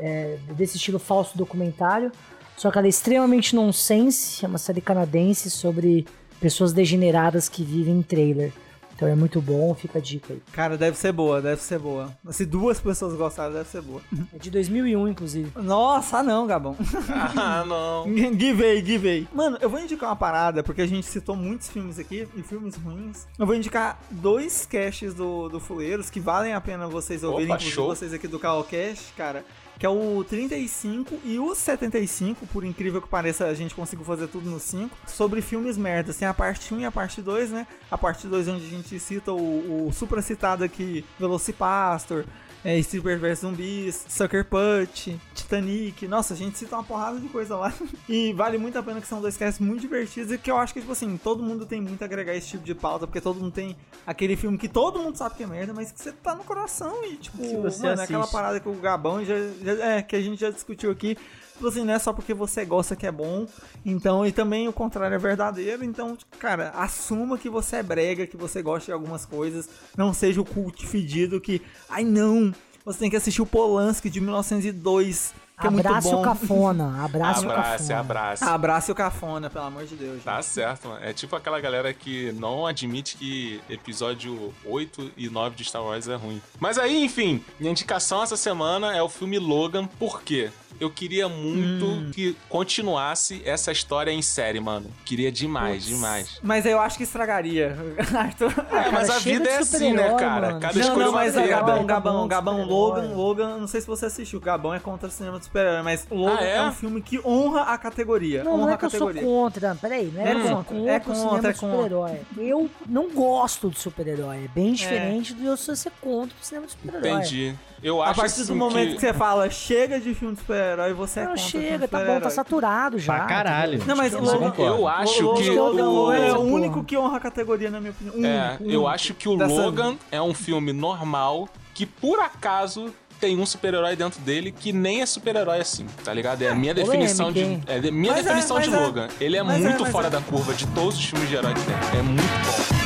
Speaker 6: é, desse estilo falso documentário, só que ela é extremamente nonsense. É uma série canadense sobre pessoas degeneradas que vivem em trailer. Então é muito bom, fica a dica aí.
Speaker 7: Cara, deve ser boa, deve ser boa. Se duas pessoas gostaram, deve ser boa.
Speaker 6: É de 2001, inclusive.
Speaker 7: Nossa, ah não, Gabão.
Speaker 4: Ah, não.
Speaker 7: give aí, give aí. Mano, eu vou indicar uma parada, porque a gente citou muitos filmes aqui, e filmes ruins. Eu vou indicar dois casts do, do Fuleiros que valem a pena vocês ouvirem, inclusive
Speaker 4: show.
Speaker 7: vocês aqui do Caocast, cara. Que é o 35 e o 75, por incrível que pareça, a gente conseguiu fazer tudo no 5. Sobre filmes merdas. Tem a parte 1 e a parte 2, né? A parte 2 onde a gente cita o, o supra citado aqui, Velocipastor, é, Stripper vs Zumbis, Sucker Punch, Titanic. Nossa, a gente cita uma porrada de coisa lá. E vale muito a pena que são dois casts muito divertidos e que eu acho que, tipo assim, todo mundo tem muito a agregar esse tipo de pauta, porque todo mundo tem aquele filme que todo mundo sabe que é merda, mas que você tá no coração e, tipo,
Speaker 5: Que você
Speaker 7: mano, é aquela
Speaker 5: assiste.
Speaker 7: parada que o Gabão já, já- é, que a gente já discutiu aqui. Tipo assim, não é só porque você gosta que é bom, então, e também o contrário é verdadeiro, então, cara, assuma que você é brega, que você gosta de algumas coisas, não seja o culto fedido que, ai não, você tem que assistir o Polanski de 1902, que
Speaker 6: abraça
Speaker 7: é muito bom.
Speaker 6: o cafona, abraça o
Speaker 4: Abrace,
Speaker 6: cafona.
Speaker 4: abrace.
Speaker 7: Ah, Abraça o cafona, pelo amor de Deus.
Speaker 4: Tá
Speaker 7: gente.
Speaker 4: certo, mano. É tipo aquela galera que não admite que episódio 8 e 9 de Star Wars é ruim. Mas aí, enfim, minha indicação essa semana é o filme Logan, por quê? Eu queria muito
Speaker 7: Hum.
Speaker 4: que continuasse essa história em série, mano. Queria demais, demais.
Speaker 7: Mas eu acho que estragaria, Arthur.
Speaker 4: é, mas
Speaker 6: cara,
Speaker 4: a
Speaker 6: chega
Speaker 4: vida
Speaker 6: de
Speaker 4: é assim, né,
Speaker 6: super-herói,
Speaker 4: cara?
Speaker 6: mano.
Speaker 4: Cada
Speaker 7: Não,
Speaker 4: escolha
Speaker 7: não,
Speaker 4: uma
Speaker 7: mas é o
Speaker 4: perda.
Speaker 7: Gabão,
Speaker 6: Gabão,
Speaker 7: Gabão, Gabão,
Speaker 6: super-herói.
Speaker 7: Logan, Logan, não sei se você assistiu, Gabão é contra o cinema de super-herói, mas Logan
Speaker 4: Ah,
Speaker 7: é?
Speaker 4: é?
Speaker 7: um filme que honra a categoria,
Speaker 6: Não,
Speaker 7: honra
Speaker 6: não é
Speaker 7: a
Speaker 6: que eu sou
Speaker 7: categoria.
Speaker 6: contra, peraí, não é,
Speaker 7: É
Speaker 6: que eu
Speaker 7: contra,
Speaker 6: sou contra,
Speaker 7: é
Speaker 6: o cinema
Speaker 7: contra, é
Speaker 6: de
Speaker 7: contra.
Speaker 6: super-herói. Eu não gosto de super-herói, é bem diferente do eu ser contra o cinema de super-herói.
Speaker 4: Entendi. Eu
Speaker 7: A
Speaker 4: acho
Speaker 7: partir do
Speaker 4: assim,
Speaker 7: momento que...
Speaker 4: que
Speaker 7: você fala, chega de filme de super-herói, você é
Speaker 6: Não,
Speaker 7: contra filme
Speaker 6: chega,
Speaker 7: de
Speaker 6: tá bom, tá
Speaker 7: super-herói.
Speaker 6: saturado já.
Speaker 1: Pra caralho.
Speaker 7: Não, mas
Speaker 1: Isso
Speaker 7: Logan-
Speaker 1: eu concordo.
Speaker 4: Eu acho
Speaker 7: Logan,
Speaker 4: que.
Speaker 7: Logan,
Speaker 4: o-
Speaker 7: Logan é o
Speaker 6: Essa porra.
Speaker 7: único que honra a categoria, na minha opinião. Único,
Speaker 4: É, eu
Speaker 7: único.
Speaker 4: acho que o
Speaker 7: Dessa-
Speaker 4: Logan é um filme normal que por acaso tem um super-herói dentro dele que nem é super-herói assim, tá ligado? É a minha definição de
Speaker 6: polêmica,
Speaker 4: é de- minha
Speaker 7: Mas é,
Speaker 4: definição de
Speaker 7: mas é.
Speaker 4: Logan. Ele é
Speaker 7: Mas é,
Speaker 4: muito
Speaker 7: mas
Speaker 4: fora
Speaker 7: é.
Speaker 4: da curva de todos os filmes de herói que tem. É muito bom.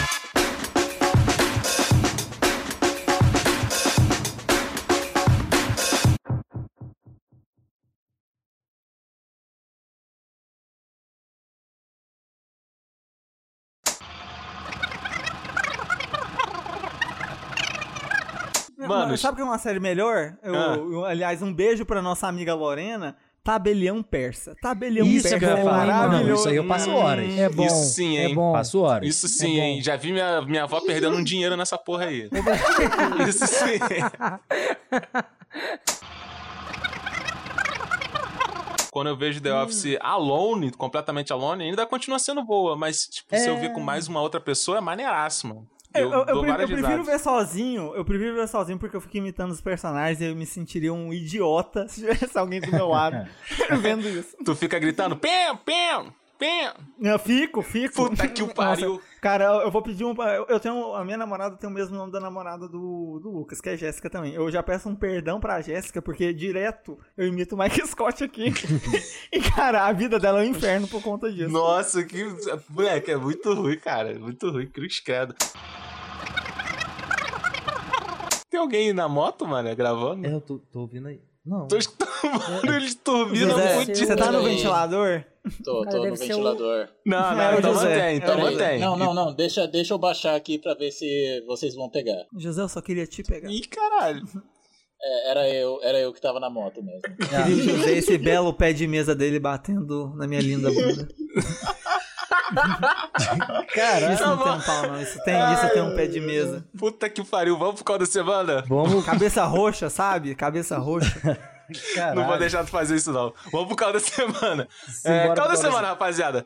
Speaker 4: Mano,
Speaker 7: Mano, sabe o que é uma série melhor? Eu-
Speaker 4: Ah.
Speaker 7: eu- aliás, um beijo pra nossa amiga Lorena. Tabelião Persa. Tabelião
Speaker 1: Isso
Speaker 7: Persa
Speaker 1: que eu ia
Speaker 7: é
Speaker 1: falar, hein, mano?
Speaker 7: maravilhoso.
Speaker 1: Isso aí eu passo horas.
Speaker 6: É bom,
Speaker 4: Isso sim,
Speaker 6: é
Speaker 4: hein?
Speaker 6: bom.
Speaker 1: Passo horas.
Speaker 4: Isso sim, hein? Já vi minha, minha avó perdendo um dinheiro nessa porra aí. Isso sim. Quando eu vejo The Office alone, completamente alone, ainda continua sendo boa, mas tipo, se eu ver com mais uma outra pessoa, é maneiraço, mano.
Speaker 7: É, Eu, eu- eu
Speaker 4: dou
Speaker 7: pre- eu
Speaker 4: várias
Speaker 7: prefiro
Speaker 4: risadas.
Speaker 7: ver sozinho, eu prefiro ver sozinho porque eu fico imitando os personagens e eu me sentiria um idiota se tivesse alguém do meu lado vendo isso.
Speaker 4: Tu fica gritando, pem, pem, pem.
Speaker 7: Eu fico, fico.
Speaker 4: Puta que o pariu.
Speaker 7: Nossa, cara, eu eu vou pedir um. eu- Eu tenho. A minha namorada tem o mesmo nome da namorada do, do Lucas, que é Jéssica também. Eu já peço um perdão pra Jéssica, porque direto eu imito o Mike Scott aqui. e, cara, a vida dela é um inferno por conta disso.
Speaker 4: Nossa, que. Moleque, é muito ruim, cara. Muito ruim, cruz credo. Tem alguém aí na moto, mano, gravando?
Speaker 1: É, eu tô, tô ouvindo aí. Não.
Speaker 4: Tô escutando barulho de turbina
Speaker 7: José,
Speaker 4: é muito.
Speaker 7: você tá no
Speaker 8: estranho.
Speaker 7: ventilador?
Speaker 8: Tô,
Speaker 6: Cara,
Speaker 8: tô no
Speaker 6: deve ser um o-
Speaker 8: ventilador.
Speaker 4: Não,
Speaker 7: É
Speaker 4: não,
Speaker 7: o
Speaker 4: então
Speaker 7: José,
Speaker 4: mantém, então
Speaker 7: é o José.
Speaker 4: mantém.
Speaker 8: Não, não, não. Deixa, deixa eu baixar aqui pra ver se vocês vão pegar.
Speaker 7: José, eu só queria te pegar.
Speaker 4: Ih, caralho.
Speaker 8: É, era eu, era eu que tava na moto mesmo.
Speaker 7: Queria José, esse belo pé de mesa dele batendo na minha linda bunda.
Speaker 4: Tá
Speaker 1: Caralho.
Speaker 7: Isso não tem um pau, não. Isso tem, isso tem um pé de mesa.
Speaker 4: Puta que pariu, vamos pro caldo da semana?
Speaker 1: Vamos,
Speaker 7: Cabeça roxa, sabe? Cabeça roxa.
Speaker 1: caralho.
Speaker 4: Não vou deixar tu fazer isso, não. Vamos pro caldo da semana.
Speaker 1: Simbora
Speaker 4: É,
Speaker 1: pro
Speaker 4: caldo da
Speaker 1: caldo da
Speaker 4: semana, rapaziada.